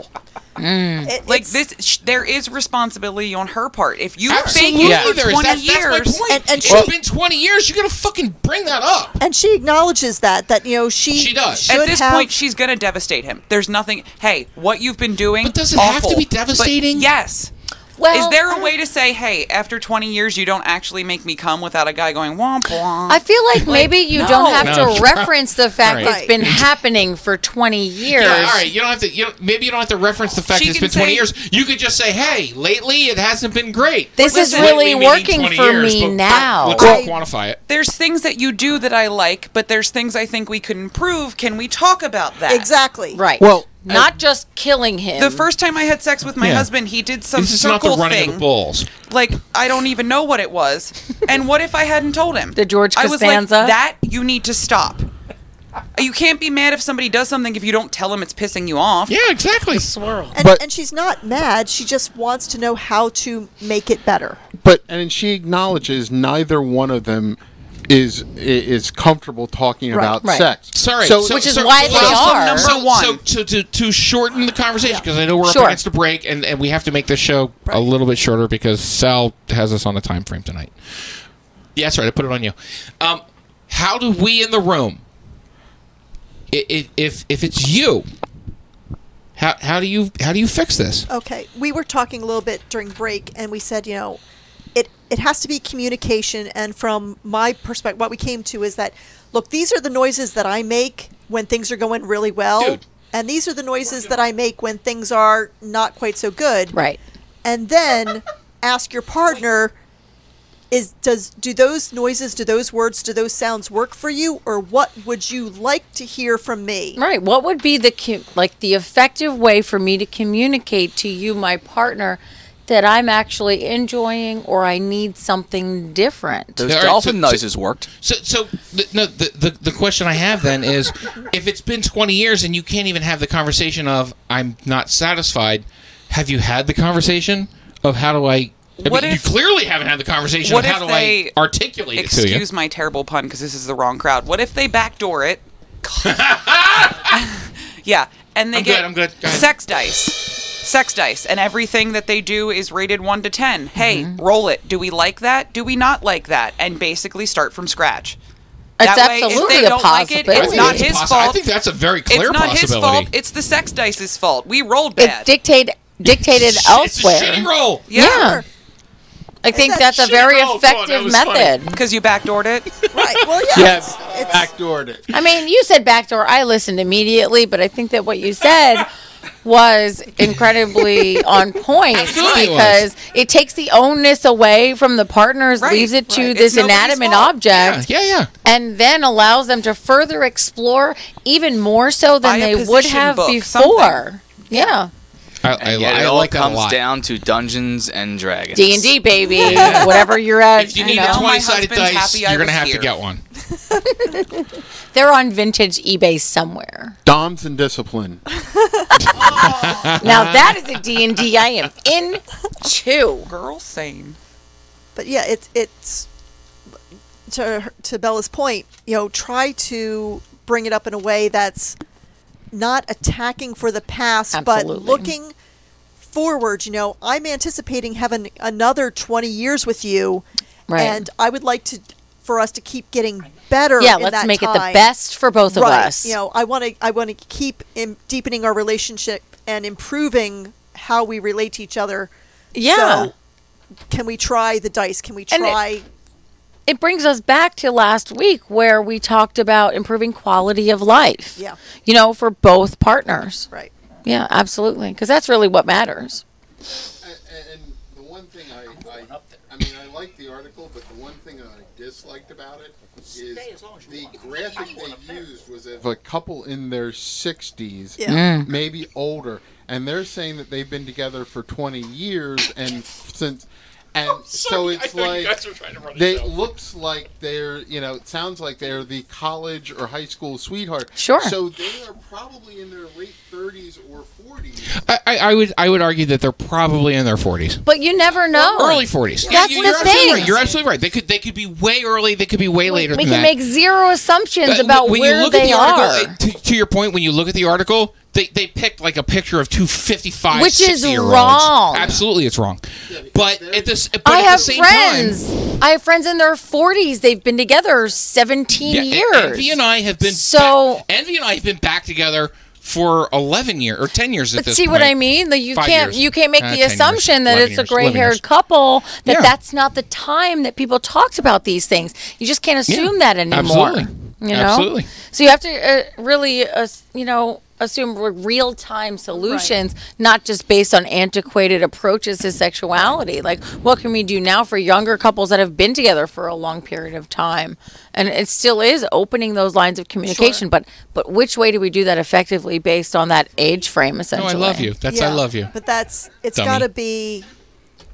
K: like this, sh- there is responsibility on her part. If you
D: Absolutely,
K: fake it for
D: there is.
K: twenty
D: That's,
K: years,
D: that's my point.
E: And- and
D: it's
E: she-
D: been 20 years. You're gonna fucking bring that up.
E: And she acknowledges that that you know she she
K: At this point, she's gonna devastate him. There's nothing. Hey, what you've been doing? But
D: does it have to be devastating?
K: yes.
H: Well,
K: is there a way to say, hey, after 20 years, you don't actually make me come without a guy going womp womp?
H: I feel like maybe you don't have
K: Oh, No.
H: to reference the fact
K: Right.
H: it's been happening for 20 years.
D: Yeah, all right. You don't have to. You don't, maybe you don't have to reference the fact
H: She
D: that it's
H: can
D: been twenty
H: say-
D: years. You could just say, "Hey, lately it hasn't been great.
H: This is
D: Listen, lately
H: really
D: meaning
H: working
D: 20
H: for me
D: but- but
H: now.
D: Let's
H: Well-
D: not quantify it.
K: There's things that you do that I like, but there's things I think we could improve. Can we talk about that?
E: Exactly.
H: Right.
K: Well,
H: not just killing him.
K: The first time I had sex with my
D: Yeah.
K: husband, he did some
D: this is not
K: circle
D: the running
K: thing.
D: of the bulls.
K: like I don't even know what it was. And what if I hadn't told him? The
H: George
K: I was
H: Costanza?
K: like, that you need to stop. You can't be mad if somebody does something if you don't tell him it's pissing you off.
D: Yeah, exactly.
K: Swirl.
E: and, and she's not mad. She just wants to know how to make it better.
F: But and she acknowledges neither one of them is i- is comfortable talking
E: Right,
F: about
E: right.
F: sex.
D: Sorry, so, so- so- so- So, so to, to shorten the conversation, because I know we're
F: Sure.
D: up against a break, and, and we have to make this show a little bit shorter because Sal has us on a time frame tonight. Yeah, that's right. I put it on you. Um, how do we in the room, i- i- if if it's you, how how do you how do you fix this?
E: Okay, we were talking a little bit during break, and we said, you know, it it has to be communication. And from my perspective, what we came to is that, look, these are the noises that I make when things are going really well, and these are the noises that I make when things are not quite so good.
H: Right.
E: And then ask your partner. Is does do those noises, do those words, do those sounds work for you, or what would you like to hear from me?
H: Right. What would be the cu- like the effective way for me to communicate to you, my partner, that I'm actually enjoying or I need something different?
D: All right, so- so-
I: worked.
D: So, so the, no, the, the the question I have then is, if it's been 20 years and you can't even have the conversation of "I'm not satisfied," have you had the conversation of how do I? I
K: What
D: mean,
K: if-
D: you clearly haven't had the conversation
K: What
D: of
K: if
D: how do
K: they
D: I articulate it to you.
K: excuse my terrible pun because this is the wrong crowd? What if they backdoor it? yeah, and they
D: I'm good,
K: get
D: I'm good. Go ahead.
K: sex dice, sex dice, and everything that they do is rated one to ten. Hey,
H: Mm-hmm.
K: roll it. Do we like that? Do we not like that? And basically start from scratch.
H: It's
K: that way, if
H: absolutely
K: they
H: a
K: don't like it,
H: possibility.
K: it's not his
D: possi-
K: fault.
D: I think that's a very clear
K: it's not his
D: possibility.
K: fault. It's the sex dice's fault. We rolled
H: It's
K: bad.
H: dictate dictated elsewhere.
K: shitty
D: roll.
K: Yeah.
H: I think that's a very effective method.
K: Because you backdoored it.
E: right. Well,
F: yeah, backdoored it.
H: I mean, you said backdoor. I listened immediately, but I think that what you said was incredibly on point
K: Absolutely it was.
H: because it takes the onus away from the partners, leaves it to
K: right. It's
H: this
K: nobody's
H: inanimate
K: fault.
H: object.
D: Yeah, yeah.
H: And then allows them to further explore even more so than
K: Buy a
H: they would
K: position
H: have
K: book,
H: before. Yeah.
D: I,
I: I,
D: I
I: it all
D: like that a
I: comes
D: lot.
I: down to Dungeons and Dragons.
H: D and D baby.
I: Yeah.
H: Whatever you're at.
D: If you need
H: know.
D: a 20 sided dice, you're going to have to get one.
H: They're on vintage eBay somewhere.
F: Doms and discipline.
H: Now that is a D&D I am in two.
K: Girl sane.
E: But yeah, it's it's to her- to Bella's point, you know, try to bring it up in a way that's not attacking for the past, but
H: Absolutely.
E: looking forward. You know, I'm anticipating having another 20 years with you,
H: Right.
E: and I would like to for us to keep getting better.
H: Yeah,
E: in
H: let's
E: that
H: make it the
E: time.
H: best for both of
E: Right.
H: us.
E: You know, I want to I want to keep im- deepening our relationship and improving how we relate to each other.
H: Yeah.
E: So, can we try the dice? Can we
H: And it-
E: try?
H: it brings us back to last week where we talked about improving quality of life.
E: Yeah.
H: You know, for both partners.
E: Right.
H: Yeah, absolutely. Because that's really what matters.
F: The one thing I, I, I mean, I like the article, but the one thing I disliked about it is the graphic they used was of a couple in their 60s,
P: Yeah. Mm.
F: maybe older, and they're saying that they've been together for 20 years and since. And
P: Oh,
F: so
P: sorry, I
F: it's
P: thought you
F: like
P: guys were trying to run a
F: they
P: show.
F: it looks like they're you know it sounds like they're the college or high school sweetheart.
D: Sure.
F: So they are probably in their late 30s or 40s.
D: I, I, I would I would argue that they're probably in their forties.
H: But you never know.
D: Early forties.
H: That's
D: you,
H: the
D: you're absolutely
H: thing.
D: right. You're absolutely right. They could they could be way early. They could be way later
H: we
D: than that.
H: can make zero assumptions
D: Uh,
H: about
D: when
H: where
D: you look
H: they
D: at the
H: are.
D: article, uh, to, to your point, when you look at the article, they, they picked like a picture of two 55,
H: Which is
D: 60-year-olds.
H: wrong.
D: Absolutely, it's wrong. But at this, but
H: I
D: at
H: have
D: the same
H: friends.
D: time,
H: I have friends in their 40s. They've been together 17
D: yeah,
H: years.
D: En- Envy and I have been so Envy and I have been back together for eleven year or ten years at
H: But
D: this
H: see
D: point.
H: what I mean? That you
D: Five
H: can't
D: years.
H: you can't make
D: Uh,
H: the
D: 10 years,
H: assumption that
D: 11
H: it's
D: years,
H: a gray
D: 11 years.
H: haired couple that
D: Yeah.
H: that's not the time that people talked about these things. You just can't assume that anymore.
D: absolutely.
H: You know?
D: Absolutely.
H: So you have to uh, really uh, you know assume real time solutions, not just based on antiquated approaches to sexuality. Like what can we do now for younger couples that have been together for a long period of time? And it still is opening those lines of communication, but but which way do we do that effectively based on that age frame
D: No,
H: essentially?
D: I love you. That's I
E: Yeah,
D: love you.
E: But that's it's
D: Dummy.
E: got to be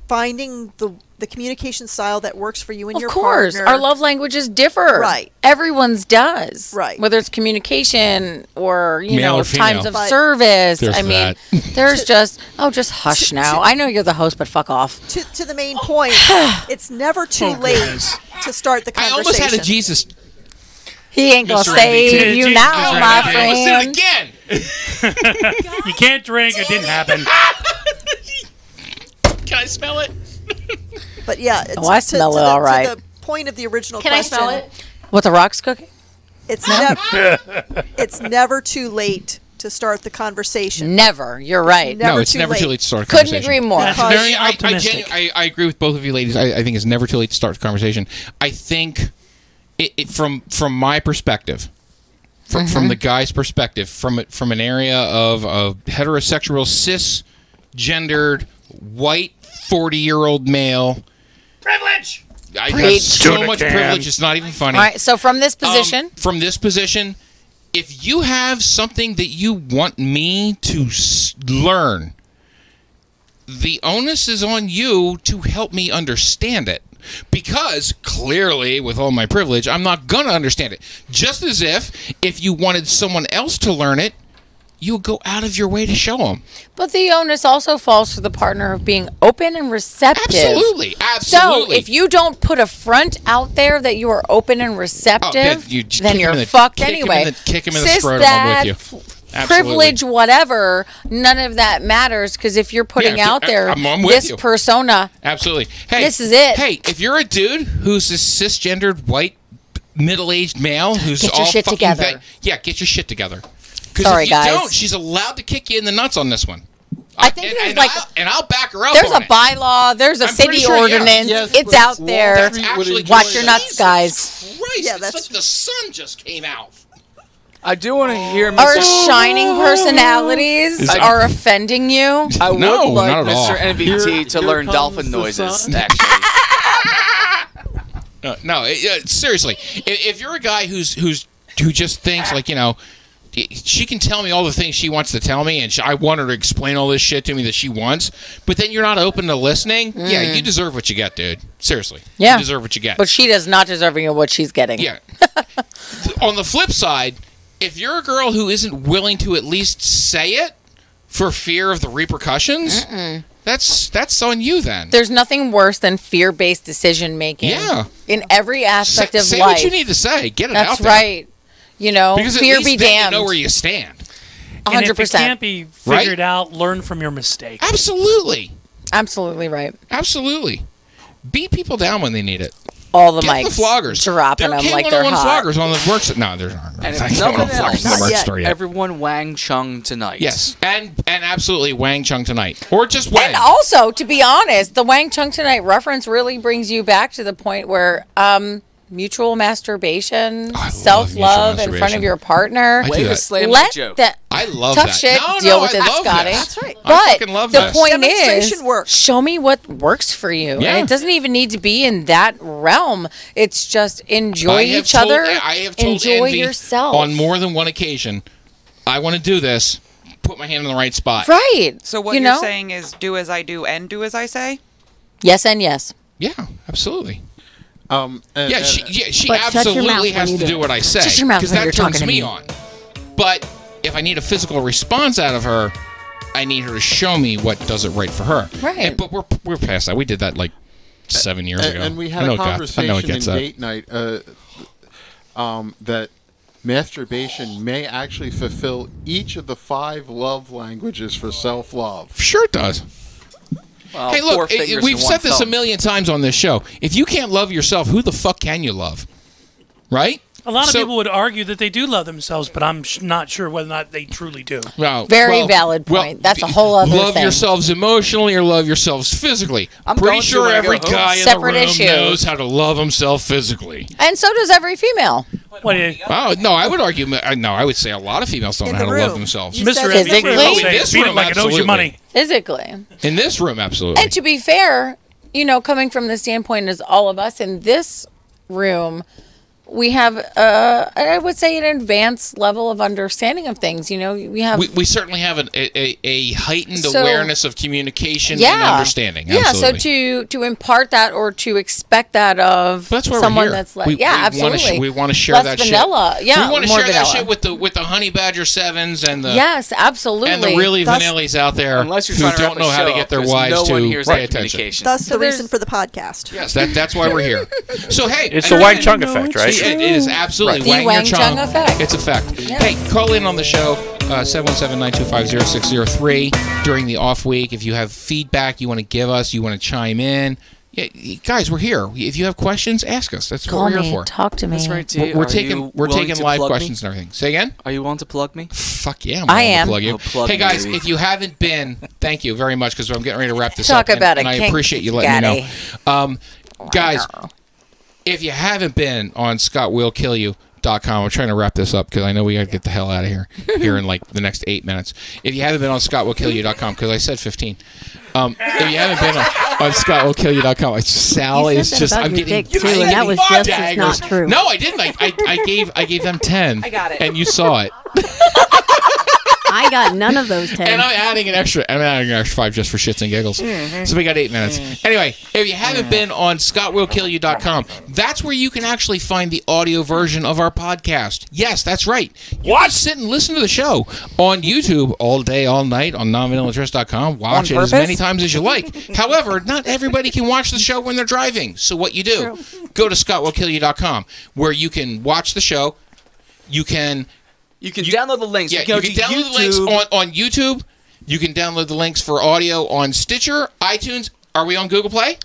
E: finding the the communication style that works for you and your
H: of course,
E: partner.
H: our love languages differ.
E: Right.
H: everyone's does.
E: Right.
H: whether it's communication or you
D: Male
H: know
D: or
H: times
D: female.
H: of
D: But-
H: service.
D: There's
H: I mean,
D: that.
H: there's just oh, just hush now. I know you're the host, but fuck off.
E: to, to the main point, it's never too
H: Oh,
E: late
H: goodness.
E: to start the
D: I
E: conversation.
D: almost had a Jesus.
H: He ain't gonna
D: Mr. MVP.
H: save you
D: Jesus
H: now,
D: right
H: my
D: now. I almost did it
H: friend.
D: again.
J: you can't drink. It didn't happen.
D: Can I smell it?
E: But yeah, it's,
H: Oh, I smell it
E: the,
H: all right.
E: To the point of the original
H: Can I
E: question,
H: smell What the rocks cooking?
E: It's never it's never too late to start the conversation.
H: Never. You're right.
D: no, it's never too late to start. A
H: Couldn't
D: conversation.
H: agree more.
D: That's very- I, I, genu- I, I agree with both of you, ladies. I, I think it's never too late to start the conversation. I think it, it from from my perspective, from, from
Q: Mhm.
D: the guy's perspective, from a- from an area of, of heterosexual, cis gendered, white, forty year old male.
H: Privilege.
D: I have
H: Preach.
D: so
Q: Soda
D: much
Q: can.
D: privilege. It's not even funny.
H: All right. So from this position,
D: Um, from this position, if you have something that you want me to s- learn, the onus is on you to help me understand it. Because clearly, with all my privilege, I'm not going to understand it. Just as if, if you wanted someone else to learn it, you would go out of your way to show them.
H: But the onus also falls to the partner of being open and receptive.
D: Absolutely, absolutely.
H: So if you don't put a front out there that you are open and receptive,
D: Oh, you just
H: then
D: kick 'em
H: you're
D: in the-
H: fucked
D: kick 'em in
H: anyway.
D: the- kick 'em in the
H: Cis
D: scrotum, I'm with
H: that,
D: you.
H: f-
D: Absolutely.
H: Privilege, whatever, none of that matters because if you're putting
D: Yeah, if
H: out
D: you-
H: there
D: I'm- I'm with
H: this
D: you.
H: persona,
D: Absolutely. Hey,
H: This is it.
D: Hey, if you're a dude who's a cisgendered white middle-aged male who's
H: Get your
D: all
H: shit
D: fucking
H: together.
D: ba- yeah, get your shit together. Because
H: Sorry,
D: if you
H: guys.
D: don't, she's allowed to kick you in the nuts on this one.
H: I think
D: and,
H: there's
D: and
H: like
D: I'll, and I'll back her up.
H: there's
D: on
H: a bylaw, there's a
D: I'm pretty
H: city
D: sure, yeah.
H: ordinance.
D: Yes,
H: it's
D: but
H: out
D: Wall
H: there.
D: Street would enjoy
H: Watch your
D: that.
H: nuts, guys.
D: it. Christ, it's like the sun just came out.
I: I do want to hear.
H: Our
I: Mr.
H: shining personalities
I: Is-
H: are offending you.
I: I would
D: No,
I: like
D: not at all.
I: Mr. NVT
D: Oh, Here-
I: to
D: here
I: learn
D: comes
I: dolphin
D: the
I: noises.
D: sun.
I: Actually,
D: Uh, no, it, uh, seriously. If, if you're a guy who's who's who just thinks like you know, she can tell me all the things she wants to tell me, and she, I want her to explain all this shit to me that she wants, but then you're not open to listening. Yeah,
H: Mm.
D: you deserve what you get, dude. Seriously,
H: Yeah.
D: you deserve what you get.
H: But she does not deserving of what she's getting.
D: Yeah. On the flip side, if you're a girl who isn't willing to at least say it for fear of the repercussions, That's that's on you then.
H: There's nothing worse than fear-based decision making.
D: Yeah.
H: In every aspect
D: Say-
H: of
D: say
H: life.
D: what you need to say. Get it
H: That's
D: out there.
H: right. You know,
D: Because at
H: fear
D: least
H: be
D: then
H: damned.
D: you know where you stand.
J: And if it
H: 100%.
J: can't be figured out, learn from your mistake.
D: Absolutely.
H: Absolutely right.
D: Absolutely. Beat people down when they need it.
H: All the
D: Get
H: mics
D: the floggers.
H: dropping
D: There are
H: them like
D: K101
H: they're hot.
D: floggers on the merch. st- No, there's not.
I: And
D: I
I: if
D: don't know
I: nothing
D: if
I: else,
D: floggers on the merch store yet.
I: everyone Wang Chung tonight.
D: Yes, and and absolutely Wang Chung tonight, or just Wang.
H: And also, to be honest, the Wang Chung Tonight reference really brings you back to the point where um, mutual
D: Oh,
H: masturbation, self love in front
D: masturbation.
H: of your partner.
D: I do Way to that. slam
H: Let
D: that joke.
H: that-
D: I love
H: tough
D: that.
H: shit.
D: No,
H: deal
D: no,
H: with
D: I
H: it,
D: love
H: Scotty.
D: this. That's right. I
H: But
D: fucking love
H: the
D: this.
H: point is,
D: Demonstration
H: show me what works for you.
D: Yeah.
H: And it doesn't even need to be in that realm. It's just enjoy
D: I have
H: each
D: told-
H: other.
D: I have told
H: enjoy
D: Envy
H: yourself.
D: on more than one occasion. I want to do this. Put my hand in the right spot.
K: So what
H: You
K: you're
H: know?
K: saying is do as I do and do as I say?
H: yes and yes.
D: Yeah, absolutely.
F: Um, and-
D: yeah,
F: and-
D: she, yeah, she
H: But shut your mouth
D: absolutely
H: when
D: has
H: you
D: to
H: do
D: do
H: it.
D: what I say
H: Shut your mouth
D: because
H: when
D: that
H: you're
D: turns
H: talking to
D: me
H: me.
D: on. But if I need a physical response out of her, I need her to show me what does it right for her.
F: Right.
D: And- but we're we're past that. We did that like seven years
F: and,
D: ago.
F: and we
D: I
F: had
D: know
F: a
D: it got- I know it
F: conversation in
D: gets that.
F: date night uh, um, that masturbation may actually fulfill each of the five love languages for self-love.
D: Sure it does.
I: Well,
D: hey, look,
I: four
D: it- it-
I: fingers
D: we've
I: and one
D: said this a
I: thumb.
D: million times on this show. If you can't love yourself, who the fuck can you love? Right?
J: A lot of
D: So-
J: people would argue that they do love themselves, but I'm sh- not sure whether or not they truly do.
D: Well,
J: Very
D: well,
J: valid
D: well,
J: point. That's a
H: whole other
D: Love
H: thing.
D: yourselves emotionally or love yourselves physically.
H: I'm
D: pretty
H: going to
D: sure
H: when I go
D: every
H: home.
D: guy in
H: Separate
D: the room
H: issue.
D: knows how to love himself physically.
H: And so does every female.
J: What is
D: Oh no, I would argue. uh, No, I would say a lot of females don't know how to love themselves.
H: You Mr. said Evans, physically?
D: Oh, in
H: Say,
D: this
J: beat it
D: room,
J: like it owes you
D: absolutely.
J: money.
H: physically?
D: In this room, absolutely.
H: And to be fair, you know, coming from the standpoint as all of us in this room, we have, uh, I would say, an advanced level of understanding of things. You know, we have.
D: We, we certainly have an, a, a, a heightened
H: So-
D: awareness of communication and understanding.
H: Yeah,
D: Absolutely.
H: so to to impart that or to expect that of
D: That's why
H: someone
D: we're here.
H: that's like,
D: we,
H: yeah,
D: we
H: absolutely.
D: Wanna sh- we want to share
H: Less
D: that
H: vanilla.
D: shit.
H: Yeah,
D: we want to
H: more
D: share
H: vanilla.
D: that shit with the with the honey badger sevens and the
H: yes, absolutely.
D: and the really vanillas out there
I: Unless you're
D: who
I: trying to
D: don't
I: wrap
D: know
I: a
D: how to
I: show
D: get
I: up,
D: their
I: 'cause
D: wives
I: no
D: to
I: one hears
D: pay
I: that
D: attention.
I: communication.
E: Thus, the reason for the podcast.
D: Yes, that, that's why we're here. So hey,
Q: It's the
D: and-
Q: Wang Chung effect, right?
D: It- it is absolutely
Q: Right. The
D: Wang,
Q: Wang
D: Chung.
Q: Chung effect.
D: It's a fact. Hey, call in on the show. Uh, 717-925-0603 during the off week. If you have feedback you want to give us, you want to chime in. Yeah, y- guys, we're here. If you have questions, ask us. That's
H: Call
D: what we're
H: me,
D: here for.
H: talk to me. That's right,
D: We're,
I: dude.
D: we're
I: Are
D: taking
I: you
D: we're
I: willing
D: taking
I: to
D: live
I: plug me?
D: questions and everything. Say again.
I: Are you willing to plug me?
D: Fuck yeah, I'm
I: I
D: willing to
I: am.
D: Plug you.
I: Oh, plug
D: hey
I: me,
D: guys,
I: baby.
D: if you haven't been, thank you very much because I'm getting ready to wrap this
H: Talk
D: up. and-
H: about a
D: and, I
H: kink
D: appreciate you letting me know. Um, guys, if you haven't been on scottwillkillyou.com, I'm trying to wrap this up because I know we got to get the hell out of here here in like the next eight minutes. If you haven't been on scottwillkillyou.com, because I said 15. Um, if you haven't been on, on scottwillkillyou.com, I- Sal
L: You said
D: is
L: that
D: just
L: about
D: I'm
L: your
D: getting
L: dick, too, and that was just as
D: daggers.
L: not true.
D: No, I didn't. I, I, I gave I gave them ten. I got it, and you saw it.
L: I got none of those ten.
D: And I'm adding an extra. I'm adding an extra five just for shits and giggles.
Q: Mm-hmm.
L: Mhm.
D: So we got eight minutes. Anyway, if you haven't been on ScottWillKillYou.com, that's where you can actually find the audio version of our podcast. Yes, that's right. Watch, sit, and listen to the show on YouTube all day, all night on NonVanillaDress.com. Watch it
Q: On
D: as
Q: purpose?
D: many times as you like. However, not everybody can watch the show when they're driving. So what you do? Go to ScottWillKillYou.com where you can watch the show. You can
I: You can download the links.
D: yeah,
I: you can, go to
D: download the links
I: YouTube.
D: on, on YouTube. You can download the links for audio on Stitcher, iTunes. Are we on Google Play?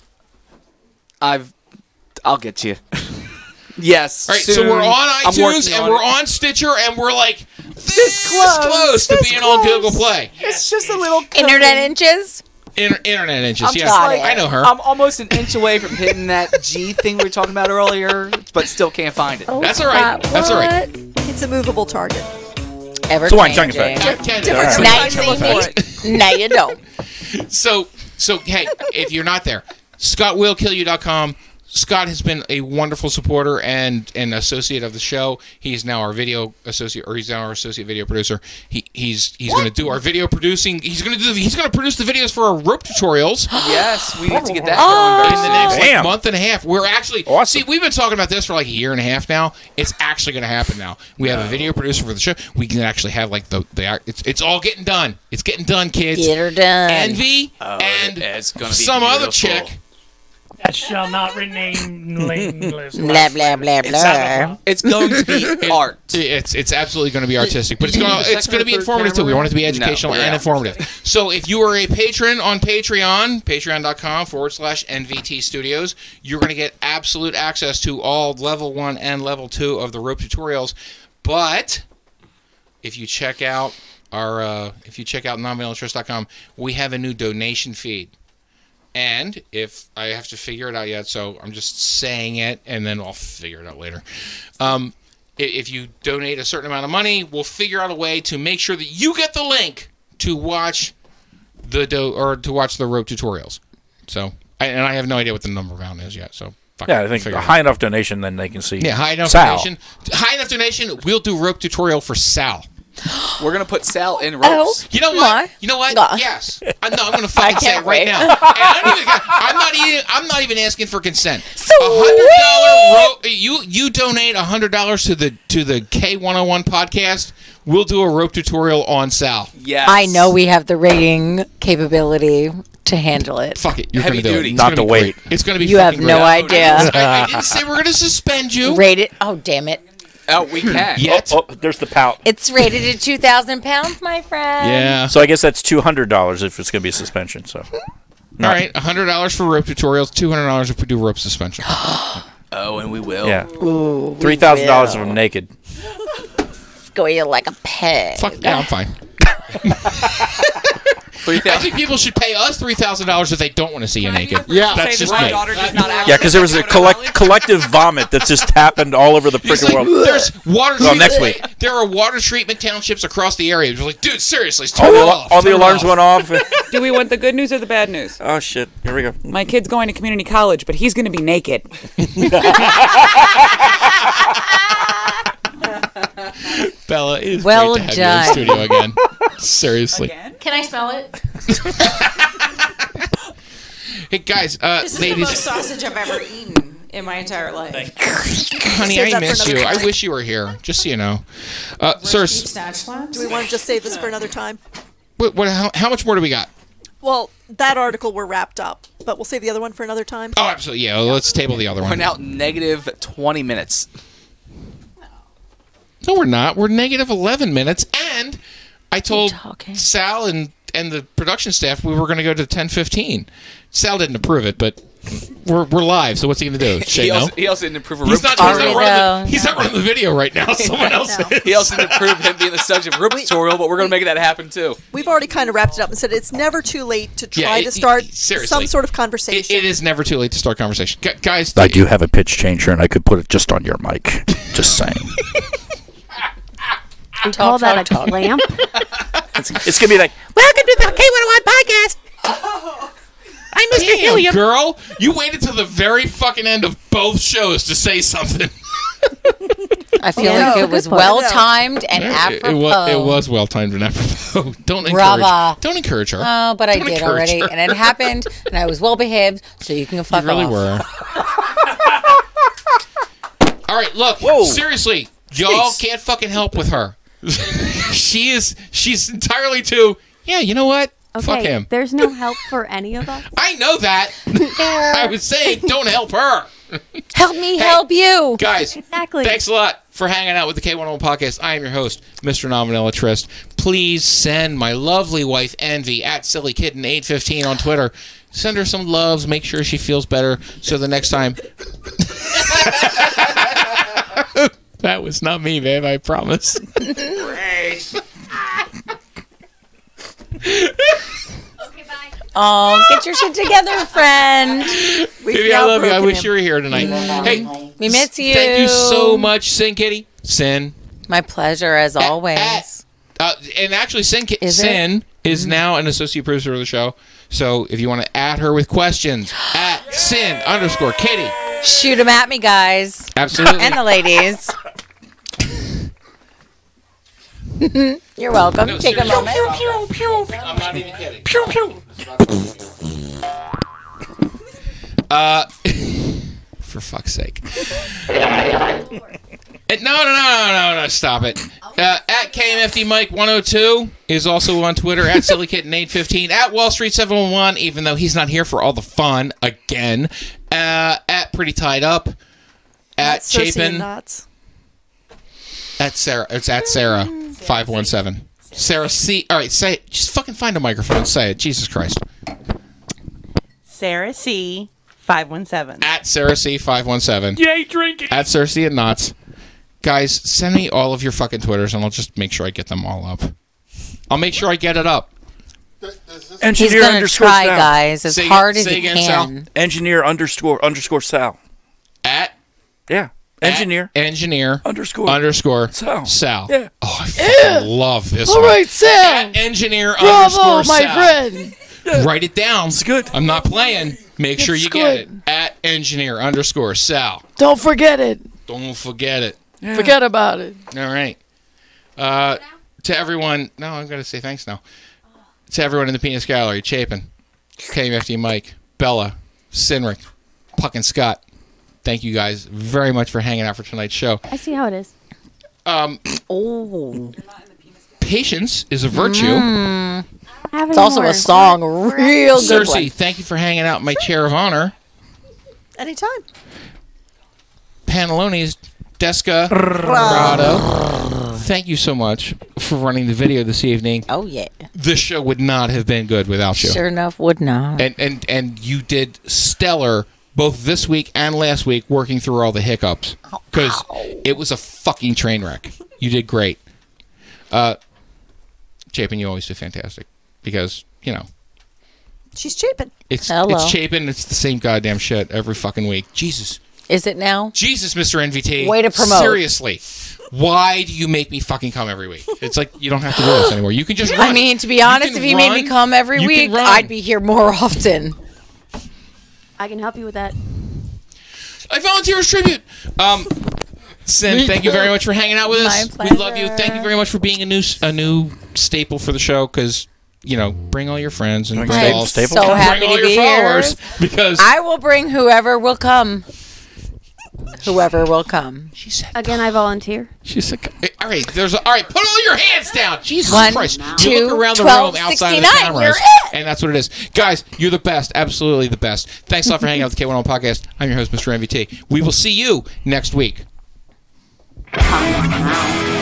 I: I've. I'll get you. yes.
D: All right,
I: soon.
D: so we're on
I: I'm working
D: iTunes and
I: on
D: we're
I: it.
D: on Stitcher and we're like this, close, to
I: this
D: being on Google Play.
I: It's just a little
H: internet inches.
D: Inter- internet inches.
I: I'm
D: yeah,
I: just like-
D: I know her.
I: I'm almost an inch away from hitting that G thing we were talking about earlier, but still can't find it.
D: That's all right. That's all right.
E: It's a movable target.
H: Ever
I: It's the Wang Chung effect.
D: Can't-
I: Different
D: All
H: Now you see me. Now you don't.
D: So so hey, if you're not there, ScottWillKillYou.com, Scott has been a wonderful supporter and an associate of the show. He's now our video associate, or he's now our associate video producer. He, he's he's going to do our video producing. He's going to do. He's going to produce the videos for our rope tutorials.
I: Yes, we need to get that going
D: in the
I: very
D: next
I: soon.
D: like, month and a half. We're actually see. We've been talking about this for like a year and a half now. It's actually going to happen now. We have a video producer for the show. We can actually have like the the. It's it's all getting done. It's getting done, kids.
H: Get her done.
D: Envy
I: Oh,
D: and
I: it's gonna be
D: some other
I: beautiful.
D: chick.
J: That shall not rename English.
H: Blah, blah, blah, blah.
I: It's going to be art.
D: It's it's absolutely going to be artistic, but it's
I: you
D: going
I: need a
D: to it's
I: second
D: going
I: or
D: to be
I: third
D: informative too. We
I: camera?
D: want it to be
I: No,
D: educational and
I: yeah.
D: informative. So if you are a patron on Patreon, patreon.com forward slash NVT Studios, you're going to get absolute access to all level one and level two of the rope tutorials. But if you check out our uh, if you check out nonviolentinterest.com, we have a new donation feed. And if I have to figure it out yet, so I'm just saying it, and then I'll figure it out later. Um, i- if you donate a certain amount of money, we'll figure out a way to make sure that you get the link to watch the do- or to watch the rope tutorials. So, I, and I have no idea what the number amount is yet. So, fuck
Q: Yeah,
D: it,
Q: I think
D: figure
Q: a
D: it out.
Q: high enough donation, then they can see.
D: Yeah, high enough
Q: Sal.
D: donation. High enough donation. We'll do rope tutorial for Sal.
I: We're gonna put Sal in ropes.
D: You know what? You know what? Yes. I, no, I'm going to fucking say it
I: can't
D: right
I: wait.
D: now. And I don't even, I'm not even. I'm not even asking for consent. A hundred dollar. Ro- you you donate a hundred dollars to the to the K101 podcast. We'll do a rope tutorial on Sal.
I: Yes.
H: I know we have the rating capability to handle it.
D: Fuck it. You're going
H: Heavy
D: to do
H: duty.
D: it. It's
Q: Not
D: gonna
Q: to
D: be
Q: wait.
D: great. It's going to be.
H: You have
D: fucking
H: no
D: great.
H: idea.
D: I, I didn't say we're going to suspend you.
H: Rate it. Oh, damn it.
I: Oh, we can.
D: Yet.
Q: Oh, oh, there's the pout.
H: It's rated at 2,000 pounds, my friend.
Q: So I guess that's two hundred dollars if it's going to be a suspension. So.
D: All right, hundred dollars for rope tutorials, two hundred dollars if we do rope suspension.
I: Oh, and we will.
Q: Yeah.
H: Ooh, we
Q: Three thousand dollars if I'm naked.
H: Going like a pig.
D: Fuck yeah, I'm fine. I think people should pay us three thousand dollars if they don't want to see you naked.
F: Yeah.
D: that's
K: Say
D: just
K: that my
D: me.
K: daughter does not act
Q: Yeah, because there was a collect- collective vomit that's just happened all over the
D: It's
Q: freaking
D: like,
Q: world.
D: There's water.
Q: Well,
D: treatment-
Q: next week.
D: There are water treatment townships across the area. It's like, dude, seriously, turn
Q: All
D: it
Q: the, al-
D: off.
Q: all the
D: turn it
Q: alarms
D: off.
Q: went off.
K: Do we want the good news or the bad news?
Q: oh shit! Here we go.
K: My kid's going to community college, but he's going to be naked.
D: Bella, it is
H: Well
D: great to have you in
H: done.
D: the studio again. seriously.
R: Can I smell it?
D: Hey guys, uh,
R: this is the most
D: ladies,
R: sausage I've ever eaten in my entire life.
D: honey,
E: Save
D: I
E: that for
D: miss you.
E: another
D: I
E: time.
D: wish you were here. Just so you know, uh, sir, s-
E: Do we want to just save this for another time?
D: what, what, how, how much more do we got?
E: Well, that article we're wrapped up, but we'll save the other one for another time.
D: Oh, absolutely. Yeah, let's table the other
I: We're
D: one.
I: now negative twenty minutes.
D: No, we're not. We're negative 11 minutes. And I told Sal and, and the production staff we were going to go to 1015. Sal didn't approve it, but we're, we're live, so what's he going to do? Say
I: he,
D: no?
I: also, he also didn't approve. of
D: He's
I: rope
D: not, he's, not
I: tutorial.
D: running the, he's not running the video right now. Someone else is.
I: He also didn't approve him being the subject of rope tutorial, but we're gonna make that happen too.
E: We've already kind of wrapped it up and said it's never too late to
D: Yeah,
E: try
D: it-
E: to start
D: it- seriously.
E: some sort of
D: It,
E: conversation.
D: it is never too late to start conversation. Gu- guys,
Q: I do have a pitch changer, and I could put it just on your mic. Just saying.
A: We call that a clamp.
Q: it's, it's gonna be like
A: Welcome to the K101 podcast.
D: I'm Mr. Helium. girl, you waited till the very fucking end of both shows to say something.
H: I feel
D: Yeah.
H: like
D: Yeah.
H: it was
D: Good point.
H: well timed and
D: It,
H: apropos.
D: it was, it was well timed and apropos. Don't encourage,
H: Brava.
D: don't encourage her.
H: Oh, but I
D: Don't
H: did
D: encourage
H: already,
D: her.
H: and it happened, and I was well behaved, so you can go fuck
D: You really
H: off.
D: were. All right, look. Seriously, y'all
H: Jeez.
D: can't fucking help with her. she is. She's entirely too. Yeah, you know what?
L: Okay,
D: Fuck him.
L: there's no help for any of us.
D: I know that. I was saying, don't help her.
H: Help me help you.
D: Guys,
L: Exactly.
D: thanks a lot for hanging out with the K101 podcast. I am your host, Mr. Nominella Trist. Please send my lovely wife, Envy, at SillyKitten815 on Twitter. Send her some loves. Make sure she feels better so the next time. that was not me, babe. I promise.
H: Oh, get your shit together, friend.
D: Kitty, I love you. I wish you were here tonight. Hey,
H: we miss Mm-hmm. you.
D: thank you so much, Sin Kitty. Sin.
H: My pleasure, as always.
D: Uh, and actually, Sin, Ki-
H: Is it? Mm-hmm.
D: Sin is now an associate producer of the show. So if you want to add her with questions, at Sin underscore Kitty.
H: Shoot them at me, guys.
D: Absolutely.
H: And the ladies. You're welcome.
D: No,
H: Take a
D: seriously.
H: moment.
D: Pew, pew, pew. I'm not even kidding.
H: Pew, pew.
D: Uh, for fuck's sake. And no, no, no, no, no, no, stop it. Uh, at KMFD Mike 102 is also on Twitter, at SillyKittenAid15, at Wall Street 711, even though he's not here for all the fun again, uh, at Pretty Tied Up, at
E: Cersei and
D: Chapin,
E: Knots.
D: at Sarah. It's at Sarah 517. Sarah C. All right, say it. Just fucking find a microphone. Say it. Jesus Christ.
S: Sarah C. Five one seven.
D: At Sarah C. 517.
S: Yay, drinking.
D: at Cersei and Knots. Guys, send me all of your fucking Twitters and I'll just make sure I get them all up. I'll make sure I get it up.
H: He's
T: Engineer
H: gonna
T: underscore
H: try,
T: Sal.
H: guys, as Say again- hard as say he again, Sal. can.
T: Engineer underscore underscore Sal.
D: At
T: yeah, engineer
D: engineer
T: underscore
D: underscore
T: Sal.
D: Sal.
T: Yeah.
D: Oh, I fucking love this
T: All
D: one.
T: right,
D: Sal. At engineer
U: Bravo,
D: underscore
U: my
D: Sal.
U: friend.
D: Write it down. It's good. I'm not playing. Make sure
U: It's
D: you get it. At engineer underscore Sal.
U: Don't forget it.
D: Don't forget it.
U: Forget about it.
D: All right. Uh, to everyone, no, I'm going to say thanks now. To everyone in the Penis Gallery, Chapin, KMFD Mike, Bella, Sinric, Puck and Scott, thank you guys very much for hanging out for tonight's show.
L: I see how it is.
D: Um,
H: oh.
D: Patience is a virtue.
H: It's also a song. Real good
D: Cersei,
H: one.
D: thank you for hanging out in my chair of honor.
E: Anytime.
D: Panalone's Desca Rado. Thank you so much for running the video this evening.
H: Oh yeah.
D: This show would not have been good without you.
H: Sure enough, would not.
D: and and and you did stellar both this week and last week working through all the hiccups because it was a fucking train wreck you did great uh chapin you always do fantastic because you know
E: She's Chapin.
D: it's
H: Hello.
D: it's chapin it's the same goddamn shit every fucking week jesus
H: Is it now?
D: jesus mr nvt
H: Way to promote.
D: seriously why do you make me fucking come every week it's like you don't have to do this anymore you can just run
H: I mean, to be honest,
D: can
H: if he made me
D: run.
H: come every
D: You can
H: week,
D: run.
H: I'd be here more often.
L: I can help you with that.
D: I volunteer as tribute. Um, Sim,
L: Me
D: thank you
L: too.
D: very much for hanging out with us.
L: My
D: We love you. Thank you very much for being a new a new staple for the show because you know bring all your friends and
Q: Thanks,
D: bring
Q: Dave.
D: all
Q: Staple?
H: So
D: bring
H: happy
D: all
H: to
D: your
H: be here.
D: followers because
H: I will bring whoever will come. Whoever will come.
D: She said
L: Again, I volunteer.
D: she's like all right. There's a, all right. Put all your hands down. Jesus
L: One,
D: Christ!
L: two,
D: you look around the
L: 12,
D: room outside of the
L: 69, you're
D: cameras,
L: it.
D: and that's what it is, guys. You're the best. Absolutely the best. Thanks a lot for hanging out with the K1 podcast. I'm your host, Mr. MVT. We will see you next week.
P: Bye.